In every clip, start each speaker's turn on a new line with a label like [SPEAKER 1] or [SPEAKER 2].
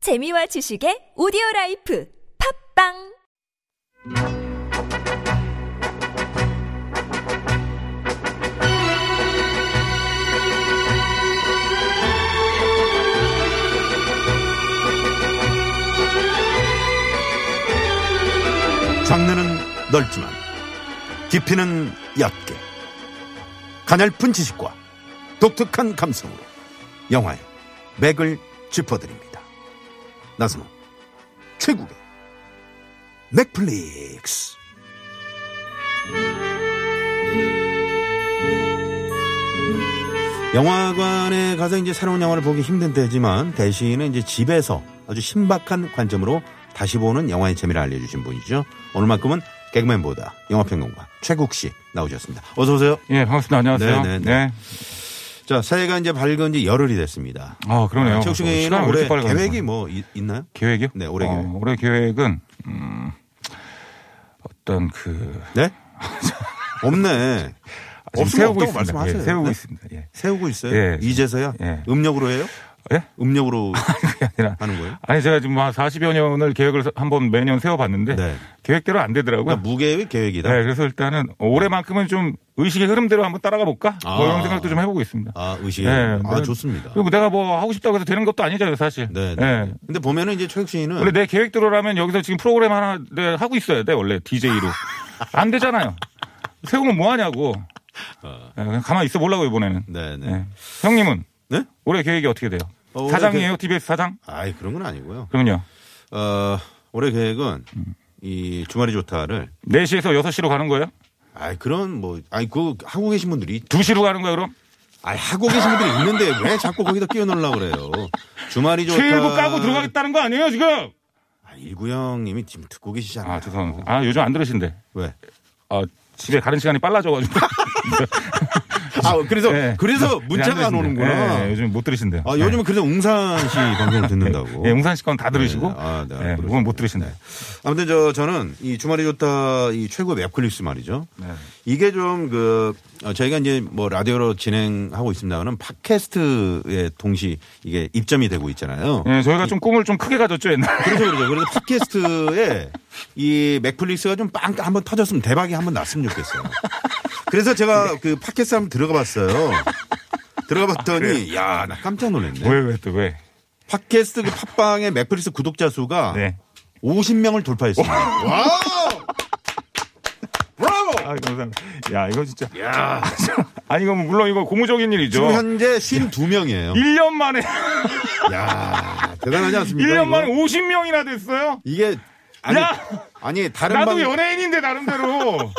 [SPEAKER 1] 재미와 지식의 오디오 라이프 팝빵
[SPEAKER 2] 장르는 넓지만 깊이는 얕게 가냘픈 지식과 독특한 감성으로 영화의 맥을 짚어드립니다. 나선호 최국의 맥플릭스 영화관에 가서 이제 새로운 영화를 보기 힘든 때지만 대신에 이제 집에서 아주 신박한 관점으로 다시 보는 영화의 재미를 알려주신 분이죠. 오늘만큼은 개그맨보다 영화평론가 최국 씨 나오셨습니다. 어서 오세요.
[SPEAKER 3] 예, 반갑습니다.
[SPEAKER 2] 네,
[SPEAKER 3] 안녕하세요.
[SPEAKER 2] 네,
[SPEAKER 3] 네,
[SPEAKER 2] 네. 자 새해가 이제 밝은 지 열흘이 됐습니다.
[SPEAKER 3] 아, 그러네요.
[SPEAKER 2] 최국 씨는
[SPEAKER 3] 시간이 왜
[SPEAKER 2] 올해
[SPEAKER 3] 이렇게 빨리 가는
[SPEAKER 2] 계획이
[SPEAKER 3] 거야?
[SPEAKER 2] 뭐 이- 있나요?
[SPEAKER 3] 계획이요? 어,
[SPEAKER 2] 네, 올해 계획.
[SPEAKER 3] 올해 계획은 음, 어떤 그
[SPEAKER 2] 네? 없네.
[SPEAKER 3] 아, 지금
[SPEAKER 2] 없으면
[SPEAKER 3] 세우고
[SPEAKER 2] 없다고
[SPEAKER 3] 있습니다.
[SPEAKER 2] 말씀하세요.
[SPEAKER 3] 예, 세우고
[SPEAKER 2] 네.
[SPEAKER 3] 있습니다. 예.
[SPEAKER 2] 세우고 있어요.
[SPEAKER 3] 예.
[SPEAKER 2] 이제서야
[SPEAKER 3] 예.
[SPEAKER 2] 음력으로 해요?
[SPEAKER 3] 예?
[SPEAKER 2] 음력으로
[SPEAKER 3] 그게 아니라
[SPEAKER 2] 하는 거예요?
[SPEAKER 3] 아니 제가 지금 뭐 한 40여 년을 계획을 한번 매년 세워 봤는데
[SPEAKER 2] 네.
[SPEAKER 3] 계획대로 안 되더라고요.
[SPEAKER 2] 그러니까 무계획 계획이다.
[SPEAKER 3] 네, 그래서 일단은 올해만큼은 좀 의식의 흐름대로 한번 따라가 볼까?
[SPEAKER 2] 아.
[SPEAKER 3] 뭐 이런 생각도 좀 해보고 있습니다.
[SPEAKER 2] 아 의식.
[SPEAKER 3] 예,
[SPEAKER 2] 아
[SPEAKER 3] 뭐,
[SPEAKER 2] 좋습니다.
[SPEAKER 3] 그리고 내가 뭐 하고 싶다고 해서 되는 것도 아니잖아요, 사실.
[SPEAKER 2] 네.
[SPEAKER 3] 예.
[SPEAKER 2] 네. 근데 보면은 이제 최국 씨는
[SPEAKER 3] 원래 내 계획대로라면 여기서 지금 프로그램 하나 내 하고 있어야 돼 원래 DJ로 안 되잖아요. 세우면 뭐 하냐고. 예, 그냥 가만히 있어 보려고 이번에는.
[SPEAKER 2] 네, 네.
[SPEAKER 3] 예. 형님은
[SPEAKER 2] 네?
[SPEAKER 3] 올해 계획이 어떻게 돼요?
[SPEAKER 2] 어, 올해
[SPEAKER 3] 사장이에요 TBS 사장?
[SPEAKER 2] 아이 그런 건 아니고요.
[SPEAKER 3] 그럼요.
[SPEAKER 2] 어, 올해 계획은
[SPEAKER 3] 음.
[SPEAKER 2] 이 주말이 좋다를
[SPEAKER 3] 4시에서 6시로 가는 거예요?
[SPEAKER 2] 아이 그런 뭐 아이 그 하고 계신 분들이
[SPEAKER 3] 2시로 가는 거예요 그럼?
[SPEAKER 2] 아이 하고 계신 분들이 있는데 왜 자꾸 거기다 끼워 넣으려고 그래요. 주말이 좋다.
[SPEAKER 3] 최일구 까고 들어가겠다는 거 아니에요 지금?
[SPEAKER 2] 아, 일구 형님이 지금 듣고 계시잖아요.
[SPEAKER 3] 아 죄송합니다. 아 요즘 안 들으신데.
[SPEAKER 2] 왜?
[SPEAKER 3] 아 집에 가는 시간이 빨라져가지고.
[SPEAKER 2] 아 그래서
[SPEAKER 3] 예.
[SPEAKER 2] 그래서
[SPEAKER 3] 예,
[SPEAKER 2] 문자가 안
[SPEAKER 3] 들으신대요.
[SPEAKER 2] 오는구나.
[SPEAKER 3] 예, 예, 요즘 못 들으신대요.
[SPEAKER 2] 네, 아 요즘은 그래서 웅산 씨 방송을 듣는다고.
[SPEAKER 3] 예, 용산 씨건 다 들으시고.
[SPEAKER 2] 네, 아, 네,
[SPEAKER 3] 예,
[SPEAKER 2] 그러시군요.
[SPEAKER 3] 그건 못 들으신대요.
[SPEAKER 2] 아무튼 저 저는 이 주말이 좋다 이 최고의 웹클릭스 말이죠. 이게 좀 그 저희가 이제 뭐 라디오로 진행하고 있습니다만은 팟캐스트에 동시 이게 입점이 되고 있잖아요.
[SPEAKER 3] 예, 저희가 좀 꿈을 좀 크게 가졌죠, 옛날에.
[SPEAKER 2] 그래서 그러죠. 그래서 팟캐스트에 이 맥플릭스가 좀 빵 한번 터졌으면 대박이 한번 났으면 좋겠어요. 그래서
[SPEAKER 3] 네.
[SPEAKER 2] 제가 그 팟캐스트 한번 들어가 봤어요. 들어가 봤더니 야 나 깜짝 놀랐네.
[SPEAKER 3] 왜, 왜, 또 왜?
[SPEAKER 2] 팟캐스트 그 팟빵의 맥플릭스 구독자 수가
[SPEAKER 3] 네.
[SPEAKER 2] 50명을 돌파했습니다. 와우! 브라보!
[SPEAKER 3] 아, 감사합니다. 야, 이거 진짜.
[SPEAKER 2] 야,
[SPEAKER 3] 아니, 이건 물론 이거 고무적인 일이죠.
[SPEAKER 2] 지금 현재 52명이에요.
[SPEAKER 3] 1년 만에,
[SPEAKER 2] 야, 대단하지 않습니까?
[SPEAKER 3] 1년
[SPEAKER 2] 이거?
[SPEAKER 3] 만에 50명이나 됐어요?
[SPEAKER 2] 이게 아니,
[SPEAKER 3] 야!
[SPEAKER 2] 아니 다른
[SPEAKER 3] 나도
[SPEAKER 2] 방
[SPEAKER 3] 연예인인데, 나름대로.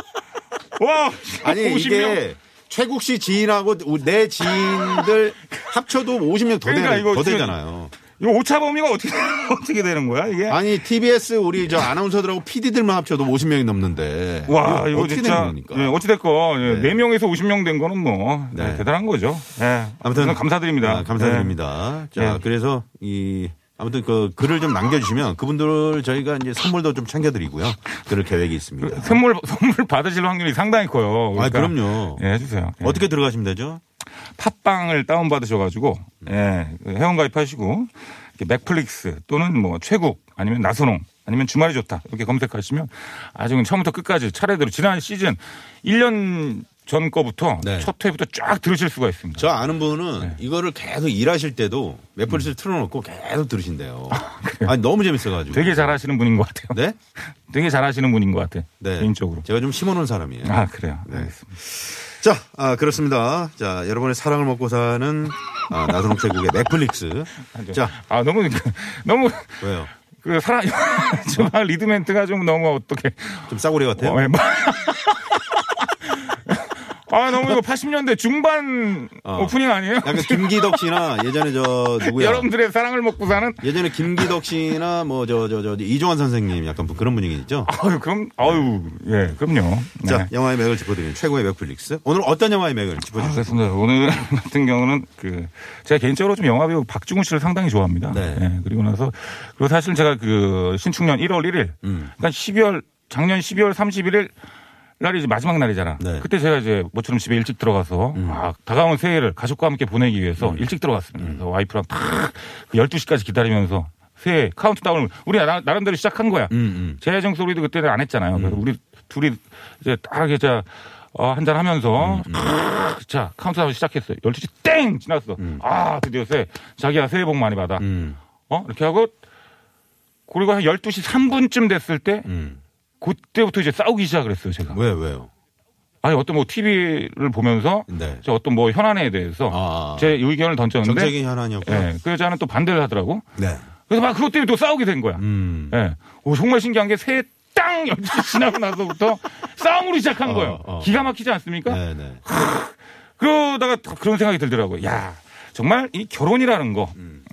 [SPEAKER 3] 와,
[SPEAKER 2] 아니
[SPEAKER 3] 50명.
[SPEAKER 2] 이게 최국 씨 지인하고 내 지인들 합쳐도 50명 더,
[SPEAKER 3] 그러니까
[SPEAKER 2] 되는-
[SPEAKER 3] 이거
[SPEAKER 2] 더
[SPEAKER 3] 지금-
[SPEAKER 2] 되잖아요.
[SPEAKER 3] 이거 오차 범위가 어떻게, 어떻게 되는 거야, 이게?
[SPEAKER 2] 아니 TBS 우리 저 아나운서들하고 PD들만 합쳐도 50명이 넘는데
[SPEAKER 3] 와, 이거
[SPEAKER 2] 어떻게
[SPEAKER 3] 진짜.
[SPEAKER 2] 되는 겁니까?
[SPEAKER 3] 예, 어찌됐건, 예,
[SPEAKER 2] 네.
[SPEAKER 3] 4명에서 50명 된 거는 뭐, 예,
[SPEAKER 2] 네.
[SPEAKER 3] 대단한 거죠. 예.
[SPEAKER 2] 아무튼
[SPEAKER 3] 감사드립니다.
[SPEAKER 2] 아, 감사드립니다. 자,
[SPEAKER 3] 예.
[SPEAKER 2] 그래서 이 아무튼 그 글을 좀 남겨주시면 그분들 저희가 이제 선물도 좀 챙겨드리고요. 그럴 계획이
[SPEAKER 3] 예.
[SPEAKER 2] 있습니다.
[SPEAKER 3] 선물, 선물 받으실 확률이 상당히 커요.
[SPEAKER 2] 아,
[SPEAKER 3] 그러니까
[SPEAKER 2] 그럼요.
[SPEAKER 3] 예, 해주세요. 예.
[SPEAKER 2] 어떻게 들어가시면 되죠?
[SPEAKER 3] 팟빵을 다운받으셔가지고 예, 회원가입하시고 이렇게 맥플릭스 또는 뭐 최국 아니면 나선홍 아니면 주말이 좋다 이렇게 검색하시면 아주 처음부터 끝까지 차례대로 지난 시즌 1년 전 거부터
[SPEAKER 2] 네.
[SPEAKER 3] 첫 회부터 쫙 들으실 수가 있습니다.
[SPEAKER 2] 저 아는 분은
[SPEAKER 3] 예.
[SPEAKER 2] 이거를 계속 일하실 때도 맵플리스를
[SPEAKER 3] 음.
[SPEAKER 2] 틀어놓고 계속 들으신대요. 아니 너무 재밌어가지고.
[SPEAKER 3] 되게 잘하시는 분인 것 같아요.
[SPEAKER 2] 네?
[SPEAKER 3] 되게 잘하시는 분인 것 같아요.
[SPEAKER 2] 네.
[SPEAKER 3] 개인적으로.
[SPEAKER 2] 제가 좀 심어놓은 사람이에요.
[SPEAKER 3] 아 그래요.
[SPEAKER 2] 네.
[SPEAKER 3] 알겠습니다.
[SPEAKER 2] 자, 아, 그렇습니다. 자, 여러분의 사랑을 먹고 사는 아, 나선홍 최국의 넷플릭스. 자,
[SPEAKER 3] 아 너무 너무
[SPEAKER 2] 왜요?
[SPEAKER 3] 그 사람 좀 리드멘트가 좀 너무 어떻게
[SPEAKER 2] 좀 싸구려 같아요?
[SPEAKER 3] 어, 예, 뭐- 아 너무 이거 80년대 중반
[SPEAKER 2] 어.
[SPEAKER 3] 오프닝 아니에요?
[SPEAKER 2] 약간 김기덕 씨나 예전에 저 누구야?
[SPEAKER 3] 여러분들의 사랑을 먹고 사는
[SPEAKER 2] 예전에 김기덕 씨나 뭐 저 저 저 이종환 선생님 약간 그런 분위기 있죠?
[SPEAKER 3] 아유 그럼 아유 예 그럼요. 네.
[SPEAKER 2] 자, 영화의 맥을 짚어드리는 최고의 맥플릭스. 오늘 어떤 영화의 맥을
[SPEAKER 3] 아,
[SPEAKER 2] 짚어주세요?
[SPEAKER 3] 그렇습니다. 오늘 같은 경우는 그 제가 개인적으로 좀 영화배우 박중훈 씨를 상당히 좋아합니다.
[SPEAKER 2] 네.
[SPEAKER 3] 예, 그리고 나서 그리고 사실 제가 그 신축년 1월 1일,
[SPEAKER 2] 음.
[SPEAKER 3] 그러니까 12월 작년 12월 31일 날이 이제 마지막 날이잖아.
[SPEAKER 2] 네. 음.
[SPEAKER 3] 그때 제가 이제 모처럼 집에 일찍 들어가서 아, 다가온
[SPEAKER 2] 음.
[SPEAKER 3] 새해를 가족과 함께 그 보내기 위해서 일찍 들어갔습니다. 그래서 와이프랑 탁 12시까지 기다리면서 새 카운트다운을 우리 나, 나름대로 시작한 거야.
[SPEAKER 2] 음,
[SPEAKER 3] 재정 소리도 그때는 안 했잖아요. 그래서 우리 둘이 이제 딱 이제 어, 한잔
[SPEAKER 2] 음,
[SPEAKER 3] 하면서 크으, 자 카운트다운 시작했어요. 12시 땡 지났어. 아 드디어 새 자기야 새해 복 많이 받아.
[SPEAKER 2] 음, 음,
[SPEAKER 3] 어 이렇게 하고 그리고 한 12시 3분쯤 됐을 때
[SPEAKER 2] 음. 뭐?
[SPEAKER 3] 그때부터 이제 싸우기 시작을 했어요, 제가.
[SPEAKER 2] 왜, 왜요?
[SPEAKER 3] 아니, 어떤 뭐 TV를 보면서
[SPEAKER 2] 네.
[SPEAKER 3] 저 어떤 뭐 현안에 대해서
[SPEAKER 2] 아,
[SPEAKER 3] 제 의견을 던졌는데 그러니까?
[SPEAKER 2] 정책인 현안이었고요.
[SPEAKER 3] 예, 그 여자는 또 반대를 하더라고.
[SPEAKER 2] 네.
[SPEAKER 3] 그래서 막 그것 때문에 또 싸우게 된 거야.
[SPEAKER 2] 음.
[SPEAKER 3] 예. 오, 정말 신기한 게 새해 땅 열차 지나고 나서부터 싸움으로 시작한
[SPEAKER 2] 어,
[SPEAKER 3] 거예요.
[SPEAKER 2] 어.
[SPEAKER 3] 기가 막히지 않습니까?
[SPEAKER 2] 네, 네.
[SPEAKER 3] 그러다가 다 그런 생각이 들더라고요. 야, 정말 이 결혼이라는 거, 음,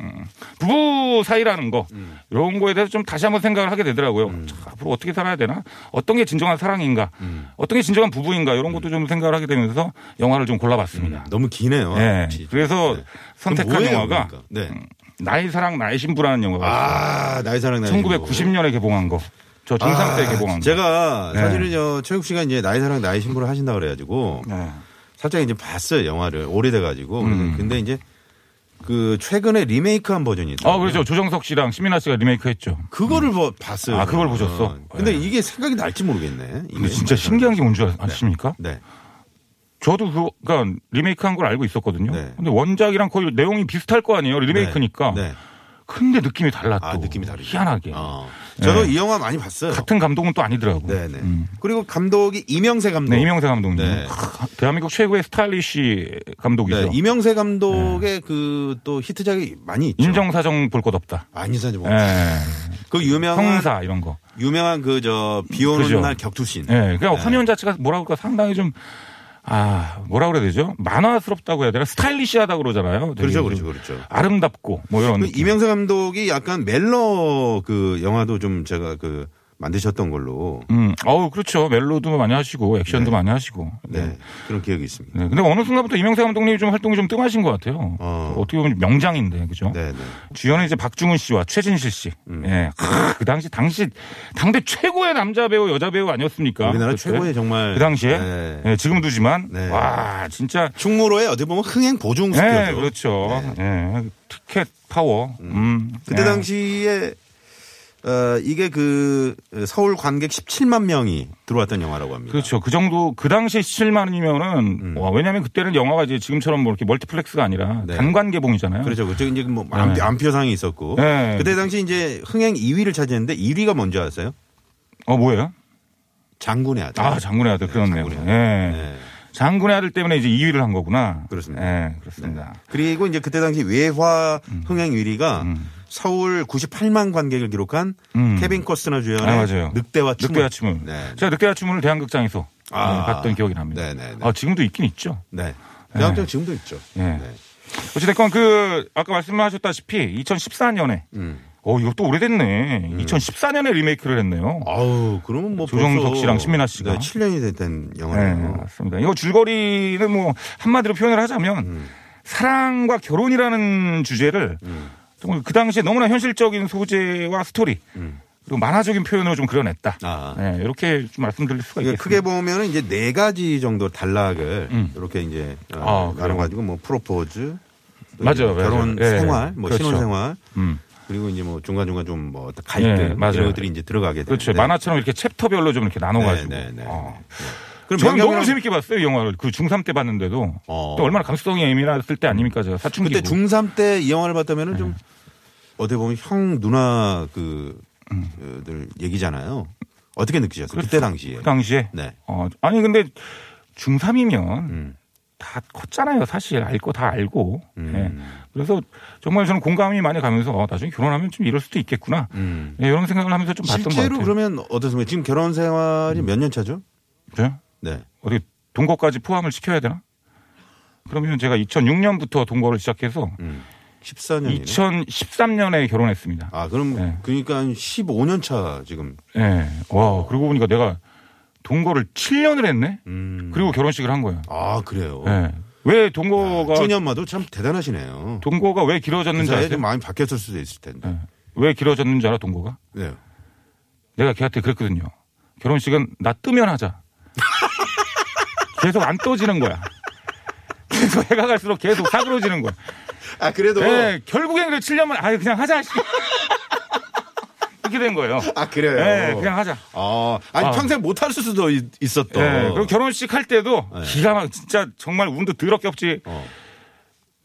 [SPEAKER 3] 부부 사이라는 거,
[SPEAKER 2] 음.
[SPEAKER 3] 이런 거에 대해서 좀 다시 한번 생각을 하게 되더라고요. 자, 앞으로 어떻게 살아야 되나? 어떤 게 진정한 사랑인가?
[SPEAKER 2] 음.
[SPEAKER 3] 어떤 게 진정한 부부인가? 이런 것도 좀 생각을 하게 되면서 영화를 좀 골라봤습니다.
[SPEAKER 2] 너무 기네요.
[SPEAKER 3] 예.
[SPEAKER 2] 진짜.
[SPEAKER 3] 그래서
[SPEAKER 2] 음. 아, 네.
[SPEAKER 3] 선택한
[SPEAKER 2] 그럼 뭐예요,
[SPEAKER 3] 영화가 음.
[SPEAKER 2] 그러니까? 네.
[SPEAKER 3] 나의 사랑, 나의 신부라는 영화가
[SPEAKER 2] 아, 나이 사랑 나이
[SPEAKER 3] 있어요.
[SPEAKER 2] 신부.
[SPEAKER 3] 1990년에 개봉한 거. 저 중3 때 개봉한 거.
[SPEAKER 2] 아, 제가
[SPEAKER 3] 네.
[SPEAKER 2] 사실은 저 최욱 씨가 이제 나이 사랑 나이 신부를 하신다 그래가지고
[SPEAKER 3] 네.
[SPEAKER 2] 살짝 이제 봤어요 영화를 오래돼가지고
[SPEAKER 3] 음.
[SPEAKER 2] 그래서 근데 이제 그 최근에 리메이크한 버전이 있어요.
[SPEAKER 3] 아, 그렇죠. 조정석 씨랑 신민아 씨가 리메이크 했죠.
[SPEAKER 2] 그거를 뭐 봤어요.
[SPEAKER 3] 아, 그걸
[SPEAKER 2] 저는.
[SPEAKER 3] 보셨어?
[SPEAKER 2] 근데
[SPEAKER 3] 네.
[SPEAKER 2] 이게 생각이 날지 모르겠네. 이게
[SPEAKER 3] 근데 진짜 신기한 게 뭔 줄 아십니까?
[SPEAKER 2] 네.
[SPEAKER 3] 저도 그, 그니까 리메이크한 걸 알고 있었거든요.
[SPEAKER 2] 네.
[SPEAKER 3] 근데 원작이랑 거의 내용이 비슷할 거 아니에요. 리메이크니까.
[SPEAKER 2] 네. 네.
[SPEAKER 3] 근데 느낌이 달라 또.
[SPEAKER 2] 아 느낌이 다르죠.
[SPEAKER 3] 희한하게. 네.
[SPEAKER 2] 어. 저도 이 영화 많이 봤어요.
[SPEAKER 3] 같은 감독은 또 아니더라고.
[SPEAKER 2] 네네.
[SPEAKER 3] 음.
[SPEAKER 2] 그리고 감독이 이명세 감독.
[SPEAKER 3] 네, 이명세 감독님.
[SPEAKER 2] 네.
[SPEAKER 3] 크, 대한민국 최고의 스타일리시 감독이죠. 네.
[SPEAKER 2] 네, 이명세 감독의 그 또 히트작이 많이 있죠.
[SPEAKER 3] 인정사정 볼 것 없다.
[SPEAKER 2] 많이 사지 뭐.
[SPEAKER 3] 예.
[SPEAKER 2] 그 유명한
[SPEAKER 3] 형사 이런 거.
[SPEAKER 2] 유명한 그 저 비오는
[SPEAKER 3] 그죠.
[SPEAKER 2] 날 격투씬.
[SPEAKER 3] 예. 그러니까 화면 자체가 뭐라 그럴까 상당히 좀 아, 뭐라 그래야 되죠? 만화스럽다고 해야 되나? 스타일리시하다고 그러잖아요. 되게
[SPEAKER 2] 그렇죠,
[SPEAKER 3] 좀
[SPEAKER 2] 그렇죠, 그렇죠.
[SPEAKER 3] 아름답고 뭐 이런.
[SPEAKER 2] 그
[SPEAKER 3] 느낌.
[SPEAKER 2] 이명세 감독이 약간 멜로 그 영화도 좀 제가 그 만드셨던 걸로
[SPEAKER 3] 음, 어우, 그렇죠. 멜로도 많이 하시고, 액션도 많이 하시고.
[SPEAKER 2] 네,
[SPEAKER 3] 네.
[SPEAKER 2] 그런 기억이 있습니다.
[SPEAKER 3] 네. 근데 어느 순간부터 이명세 감독님이 좀 활동이 좀 뜸하신 것 같아요.
[SPEAKER 2] 어.
[SPEAKER 3] 어. 떻게 보면 명장인데, 그죠?
[SPEAKER 2] 네, 음. 네.
[SPEAKER 3] 주연은 이제 박중훈 씨와 최진실 씨. 예. 크, 그 당시, 당시, 당대 최고의 남자 배우, 여자 배우 아니었습니까?
[SPEAKER 2] 우리나라
[SPEAKER 3] 그러니까 그때?
[SPEAKER 2] 최고의 정말
[SPEAKER 3] 그 당시에?
[SPEAKER 2] 네.
[SPEAKER 3] 예, 지금도지만.
[SPEAKER 2] 네.
[SPEAKER 3] 와, 진짜.
[SPEAKER 2] 충무로의 어떻게 보면 흥행 보증
[SPEAKER 3] 예,
[SPEAKER 2] 스퀘어죠. 네.
[SPEAKER 3] 그렇죠. 예. 티켓 파워. 음.
[SPEAKER 2] 그때
[SPEAKER 3] 예.
[SPEAKER 2] 당시에 어, 이게 그 서울 관객 17만 명이 들어왔던 영화라고 합니다. 음.
[SPEAKER 3] 그렇죠. 그 정도 그 당시 17만이면은 와, 왜냐하면 그때는 영화가 이제 지금처럼 뭐 이렇게 멀티플렉스가 아니라
[SPEAKER 2] 네.
[SPEAKER 3] 단관 개봉이잖아요.
[SPEAKER 2] 그렇죠. 그렇죠. 이제 뭐 안-
[SPEAKER 3] 네.
[SPEAKER 2] 안표상이 있었고
[SPEAKER 3] 네.
[SPEAKER 2] 그때 당시 이제 흥행 2위를 차지했는데 1위가 뭔지 아세요?
[SPEAKER 3] 어 뭐예요?
[SPEAKER 2] 장군의 아들.
[SPEAKER 3] 아 장군의 아들 그렇네요.
[SPEAKER 2] 장군의
[SPEAKER 3] 장군의,
[SPEAKER 2] 아들.
[SPEAKER 3] 예.
[SPEAKER 2] 네.
[SPEAKER 3] 장군의 아들 때문에 이제 2위를 한 거구나.
[SPEAKER 2] 그렇습니다.
[SPEAKER 3] 예, 그렇습니다.
[SPEAKER 2] 그리고 이제 그때 당시 외화
[SPEAKER 3] 음.
[SPEAKER 2] 흥행 1위가 서울 98만 관객을 기록한
[SPEAKER 3] 음.
[SPEAKER 2] 케빈 코스너
[SPEAKER 3] 아,
[SPEAKER 2] 주연의
[SPEAKER 3] 맞아요.
[SPEAKER 2] 늑대와 춤.
[SPEAKER 3] 늑대와 춤을
[SPEAKER 2] 네.
[SPEAKER 3] 제가 늑대와 춤을 대한극장에서
[SPEAKER 2] 아.
[SPEAKER 3] 예, 봤던 기억이 납니다.
[SPEAKER 2] 네네네.
[SPEAKER 3] 아 지금도 있긴 있죠.
[SPEAKER 2] 네. 대학교 지금도 있죠.
[SPEAKER 3] 예.
[SPEAKER 2] 네.
[SPEAKER 3] 어찌됐건 그 아까 말씀하셨다시피 2014년에
[SPEAKER 2] 음.
[SPEAKER 3] 어 이것도 오래됐네. 2014년에 리메이크를 했네요.
[SPEAKER 2] 아우, 그러면 뭐
[SPEAKER 3] 조정석
[SPEAKER 2] 벌써
[SPEAKER 3] 씨랑 신민아 씨가.
[SPEAKER 2] 네, 7년이 됐던
[SPEAKER 3] 네,
[SPEAKER 2] 영화예요.
[SPEAKER 3] 맞습니다. 이거 줄거리는 뭐 한마디로 표현을 하자면
[SPEAKER 2] 음.
[SPEAKER 3] 사랑과 결혼이라는 주제를
[SPEAKER 2] 음.
[SPEAKER 3] 정말 그 당시에 너무나 현실적인 소재와 스토리 그리고 만화적인 표현으로 좀 그려냈다.
[SPEAKER 2] 음. 아. 그
[SPEAKER 3] 네, 이렇게 좀 말씀드릴 수가
[SPEAKER 2] 이게 그러니까
[SPEAKER 3] 있겠습니다.
[SPEAKER 2] 크게 보면은 이제 네 가지 정도 단락을 이렇게 이제 어,
[SPEAKER 3] 음. 아, 그래요?
[SPEAKER 2] 나눠가지고 뭐 프로포즈, 또
[SPEAKER 3] 맞아요,
[SPEAKER 2] 이제
[SPEAKER 3] 맞아요.
[SPEAKER 2] 결혼
[SPEAKER 3] 예.
[SPEAKER 2] 생활, 뭐
[SPEAKER 3] 그렇죠.
[SPEAKER 2] 신혼생활,
[SPEAKER 3] 음.
[SPEAKER 2] 그리고 이제 뭐 중간 중간 좀 뭐 어떤 갈등
[SPEAKER 3] 예, 맞아요.
[SPEAKER 2] 이런 것들이 이제 들어가게 되는데.
[SPEAKER 3] 그렇죠. 만화처럼 이렇게 챕터별로 좀 이렇게 나눠가지고.
[SPEAKER 2] 네, 네, 네.
[SPEAKER 3] 어.
[SPEAKER 2] 그럼
[SPEAKER 3] 저는 너무
[SPEAKER 2] 명경이랑-
[SPEAKER 3] 재밌게 봤어요, 이 영화를. 그 중3 때 봤는데도.
[SPEAKER 2] 어.
[SPEAKER 3] 또 얼마나 감수성이 예민했을 때 아닙니까, 제가. 사춘기.
[SPEAKER 2] 그때 중3 때 이 영화를
[SPEAKER 3] 예.
[SPEAKER 2] 봤다면은 좀 어떻게 보면 형 누나 그 그들 얘기잖아요. 어떻게 느끼셨어요? 그때 당시에.
[SPEAKER 3] 음. 그 당시에.
[SPEAKER 2] 네.
[SPEAKER 3] 어, 아니 근데 중3이면
[SPEAKER 2] 음.
[SPEAKER 3] 다 컸잖아요. 사실 알 거 다 알고.
[SPEAKER 2] 음.
[SPEAKER 3] 예. 그래서 정말 저는 공감이 많이 가면서 어, 나중에 결혼하면 좀 이럴 수도 있겠구나.
[SPEAKER 2] 음.
[SPEAKER 3] 예, 이런 생각을 하면서 좀 봤던 것 같아요. 음.
[SPEAKER 2] 실제로 그러면 어떻습니까? 지금 결혼 생활이 몇 년 차죠?
[SPEAKER 3] 그래요?
[SPEAKER 2] 네.
[SPEAKER 3] 어디 동거까지 포함을 시켜야 되나? 그러면 제가 2006년부터 동거를 시작해서
[SPEAKER 2] 14년이네.
[SPEAKER 3] 2013년에 결혼했습니다.
[SPEAKER 2] 음. 아, 그럼
[SPEAKER 3] 네.
[SPEAKER 2] 그러니까 한 15년 차 지금.
[SPEAKER 3] 예. 와, 그러고 보니까 내가 동거를 7년을 했네.
[SPEAKER 2] 음.
[SPEAKER 3] 그리고 결혼식을 한 거야.
[SPEAKER 2] 아, 그래요.
[SPEAKER 3] 예. 왜 동거가
[SPEAKER 2] 준이 엄마도 참 대단하시네요.
[SPEAKER 3] 동거가 왜
[SPEAKER 2] 그
[SPEAKER 3] 길어졌는지
[SPEAKER 2] 사이에
[SPEAKER 3] 아세요?
[SPEAKER 2] 좀 마음이 바뀌었을 수도 있을 텐데.
[SPEAKER 3] 예. 왜 길어졌는지 알아 동거가?
[SPEAKER 2] 네.
[SPEAKER 3] 내가 걔한테 그랬거든요. 결혼식은 나 뜨면 하자. 계속 안 떠지는 거야. 계속 해가 갈수록 계속 사그러지는 거야.
[SPEAKER 2] 아, 그래도
[SPEAKER 3] 네. 예, 결국엔 그래 7년만 아예 그냥 하자. 씨. 그렇게 된 거예요.
[SPEAKER 2] 아, 그래요?
[SPEAKER 3] 예, 그냥 하자.
[SPEAKER 2] 어, 아니,
[SPEAKER 3] 아.
[SPEAKER 2] 평생 못할 수도 있, 있었던.
[SPEAKER 3] 예, 그리고 결혼식 할 때도
[SPEAKER 2] 네.
[SPEAKER 3] 기가 막 진짜 정말 운도 더럽게 없지.
[SPEAKER 2] 어.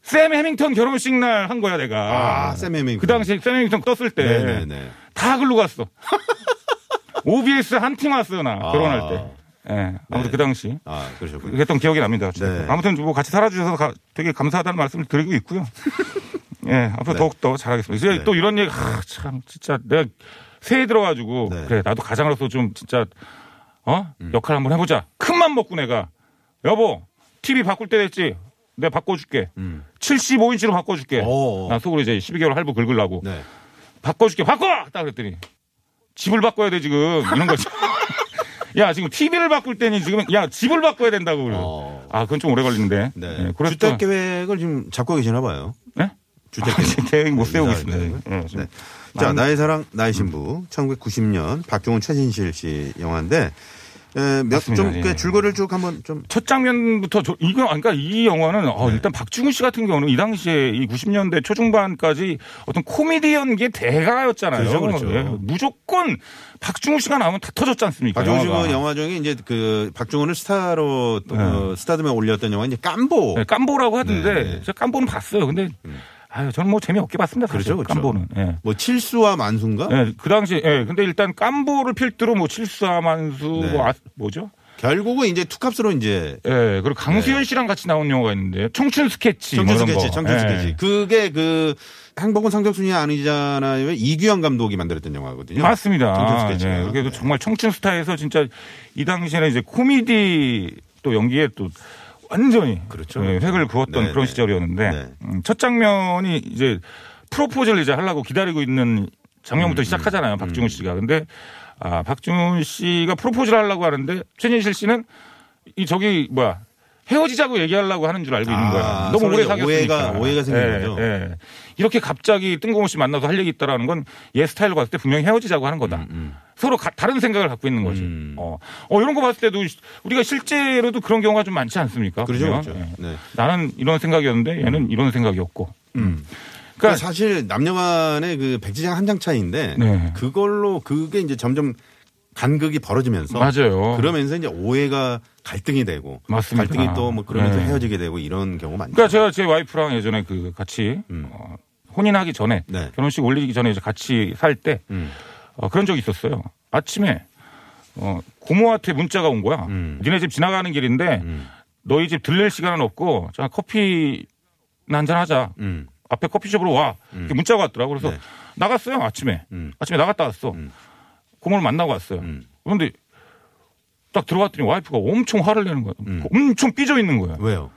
[SPEAKER 3] 샘 해밍턴 결혼식 날 한 거야 내가.
[SPEAKER 2] 아, 샘 해밍턴.
[SPEAKER 3] 그 당시에 샘 해밍턴 떴을 때 다
[SPEAKER 2] 네네네.
[SPEAKER 3] 글로 갔어. OBS 한 팀 왔어 나
[SPEAKER 2] 아.
[SPEAKER 3] 결혼할 때. 예, 아무튼 그 당시.
[SPEAKER 2] 아, 그러셨군요.
[SPEAKER 3] 그랬던 기억이 납니다. 진짜.
[SPEAKER 2] 네.
[SPEAKER 3] 아무튼 뭐 같이 살아주셔서 가- 되게 감사하다는 말씀을 드리고 있고요. 예, 앞으로 더욱더 잘하겠습니다. 이제
[SPEAKER 2] 네.
[SPEAKER 3] 또 이런 얘기, 아, 참, 진짜 내가 새해 들어가지고,
[SPEAKER 2] 네. 음.
[SPEAKER 3] 그래, 나도 가장으로서 좀 진짜, 어? 역할 한번 해보자. 큰맘 먹고 내가, 여보, TV 바꿀 때 됐지? 내가 바꿔줄게.
[SPEAKER 2] 음.
[SPEAKER 3] 75인치로 바꿔줄게.
[SPEAKER 2] 어어.
[SPEAKER 3] 난 속으로 이제 12개월 할부 긁으려고.
[SPEAKER 2] 네.
[SPEAKER 3] 바꿔줄게 바꿔 딱 그랬더니 집을 바꿔야 돼 지금 이런 거지 야 지금 TV를 바꿀 때니 지금 야 집을 바꿔야 된다고 그래
[SPEAKER 2] 어.
[SPEAKER 3] 아 그건 좀 오래 걸리는데
[SPEAKER 2] 네.
[SPEAKER 3] 예, 그래서
[SPEAKER 2] 주택
[SPEAKER 3] 또-
[SPEAKER 2] 계획을 지금 잡고 계시나 봐요.
[SPEAKER 3] 예?
[SPEAKER 2] 주택
[SPEAKER 3] 아, 지금 계획 못 세우고
[SPEAKER 2] 뭐 이사-
[SPEAKER 3] 있습니다 예, 지금.
[SPEAKER 2] 네. 자, 나의 사랑, 나의 신부. 1990년 박종훈 최진실 씨 영화인데, 에, 몇,
[SPEAKER 3] 맞습니다.
[SPEAKER 2] 좀, 꽤
[SPEAKER 3] 예.
[SPEAKER 2] 줄거리를 쭉 한번 좀.
[SPEAKER 3] 첫 장면부터 저, 이거 그러니까 이 영화는
[SPEAKER 2] 네.
[SPEAKER 3] 어, 일단 박중훈 씨 같은 경우는 이 당시에 이 90년대 초중반까지 어떤 코미디언계 대가였잖아요. 예,
[SPEAKER 2] 그렇죠, 그렇죠.
[SPEAKER 3] 무조건 박중훈 씨가 나오면 다 터졌지 않습니까?
[SPEAKER 2] 박종훈
[SPEAKER 3] 영화가.
[SPEAKER 2] 씨는 영화 중에 이제 그 박종훈을 스타로 또,
[SPEAKER 3] 네.
[SPEAKER 2] 어, 스타덤에 올렸던 영화 이제 깜보.
[SPEAKER 3] 네, 깜보라고 하던데
[SPEAKER 2] 뭐. 네. 음.
[SPEAKER 3] 제가 깜보는 봤어요. 근데 아유 저는 뭐 재미없게 봤습니다. 사실.
[SPEAKER 2] 그렇죠, 그렇죠.
[SPEAKER 3] 깜보는. 예.
[SPEAKER 2] 뭐 칠수와 만수인가?
[SPEAKER 3] 예, 그 당시 예. 근데 일단 깜보를 필두로 뭐 칠수아만수
[SPEAKER 2] 네.
[SPEAKER 3] 뭐 아, 뭐죠?
[SPEAKER 2] 결국은 이제 투캅스로 이제
[SPEAKER 3] 예. 그리고 강수현 씨랑 같이 나온 영화가 있는데 청춘 스케치 뭐
[SPEAKER 2] 네. 청춘
[SPEAKER 3] 이런
[SPEAKER 2] 스케치,
[SPEAKER 3] 거.
[SPEAKER 2] 청춘
[SPEAKER 3] 예.
[SPEAKER 2] 스케치. 그게 그 행복은 상적순이 아니잖아요. 이규영 감독이 만들었던 영화거든요.
[SPEAKER 3] 맞습니다.
[SPEAKER 2] 청춘 스케치.
[SPEAKER 3] 예, 그래도 정말 청춘 스타에서 진짜 이 당시에는 이제 코미디 또 연기에 또 완전히
[SPEAKER 2] 그렇죠.
[SPEAKER 3] 예, 획을 그었던
[SPEAKER 2] 네,
[SPEAKER 3] 그런
[SPEAKER 2] 네.
[SPEAKER 3] 시절이었는데
[SPEAKER 2] 네.
[SPEAKER 3] 음, 첫 장면이 이제 프로포즈를 이제 하려고 기다리고 있는
[SPEAKER 2] 음,
[SPEAKER 3] 장면부터 시작하잖아요. 박중훈 씨가. 근데 아, 박중훈 씨가 프로포즈를 하려고 하는데 최진실 씨는 이 저기 뭐야 헤어지자고 얘기하려고 하는 줄 알고 있는
[SPEAKER 2] 아,
[SPEAKER 3] 거야. 너무
[SPEAKER 2] 서로
[SPEAKER 3] 오래
[SPEAKER 2] 이제
[SPEAKER 3] 사귀었으니까.
[SPEAKER 2] 오해가- 오해가 생긴
[SPEAKER 3] 예,
[SPEAKER 2] 거죠.
[SPEAKER 3] 예. 이렇게 갑자기 뜬금없이 만나서 할 얘기 있다라는 건 얘 스타일로 봤을 때 분명히 헤어지자고 하는 거다.
[SPEAKER 2] 음,
[SPEAKER 3] 서로 가- 다른 생각을 갖고 있는 거지. 어. 어, 이런 거 봤을 때도 우리가 실제로도 그런 경우가 좀 많지 않습니까?
[SPEAKER 2] 그렇죠.
[SPEAKER 3] 보면?
[SPEAKER 2] 그렇죠.
[SPEAKER 3] 예.
[SPEAKER 2] 네.
[SPEAKER 3] 나는 이런 생각이었는데 얘는 이런 생각이었고.
[SPEAKER 2] 그러니까
[SPEAKER 3] 그러니까
[SPEAKER 2] 사실 남녀간의 그 백지장 한 장 차이인데
[SPEAKER 3] 네.
[SPEAKER 2] 그걸로 그게 이제 점점 간극이 벌어지면서
[SPEAKER 3] 맞아요.
[SPEAKER 2] 그러면서 이제 오해가 갈등이 되고
[SPEAKER 3] 맞습니다.
[SPEAKER 2] 갈등이 또 뭐 그러면서
[SPEAKER 3] 네.
[SPEAKER 2] 헤어지게 되고 이런 경우 많죠.
[SPEAKER 3] 그러니까 제가 제 와이프랑 예전에 그 같이
[SPEAKER 2] 음.
[SPEAKER 3] 어, 혼인하기 전에
[SPEAKER 2] 네. 음.
[SPEAKER 3] 결혼식 올리기 전에 이제 같이 살 때 어, 그런 적이 있었어요. 아침에 어, 고모한테 문자가 온 거야.
[SPEAKER 2] 음.
[SPEAKER 3] 니네 집 지나가는 길인데 너희 집 들릴 시간은 없고 자 커피 한잔 하자.
[SPEAKER 2] 음.
[SPEAKER 3] 앞에 커피숍으로 와. 이렇게 문자가 왔더라고. 그래서
[SPEAKER 2] 네.
[SPEAKER 3] 나갔어요 아침에.
[SPEAKER 2] 음.
[SPEAKER 3] 아침에 나갔다 왔어. 고모를 만나고 왔어요. 그런데 딱 들어갔더니 와이프가 엄청 화를 내는 거야.
[SPEAKER 2] 음.
[SPEAKER 3] 엄청 삐져 있는 거야.
[SPEAKER 2] 왜요?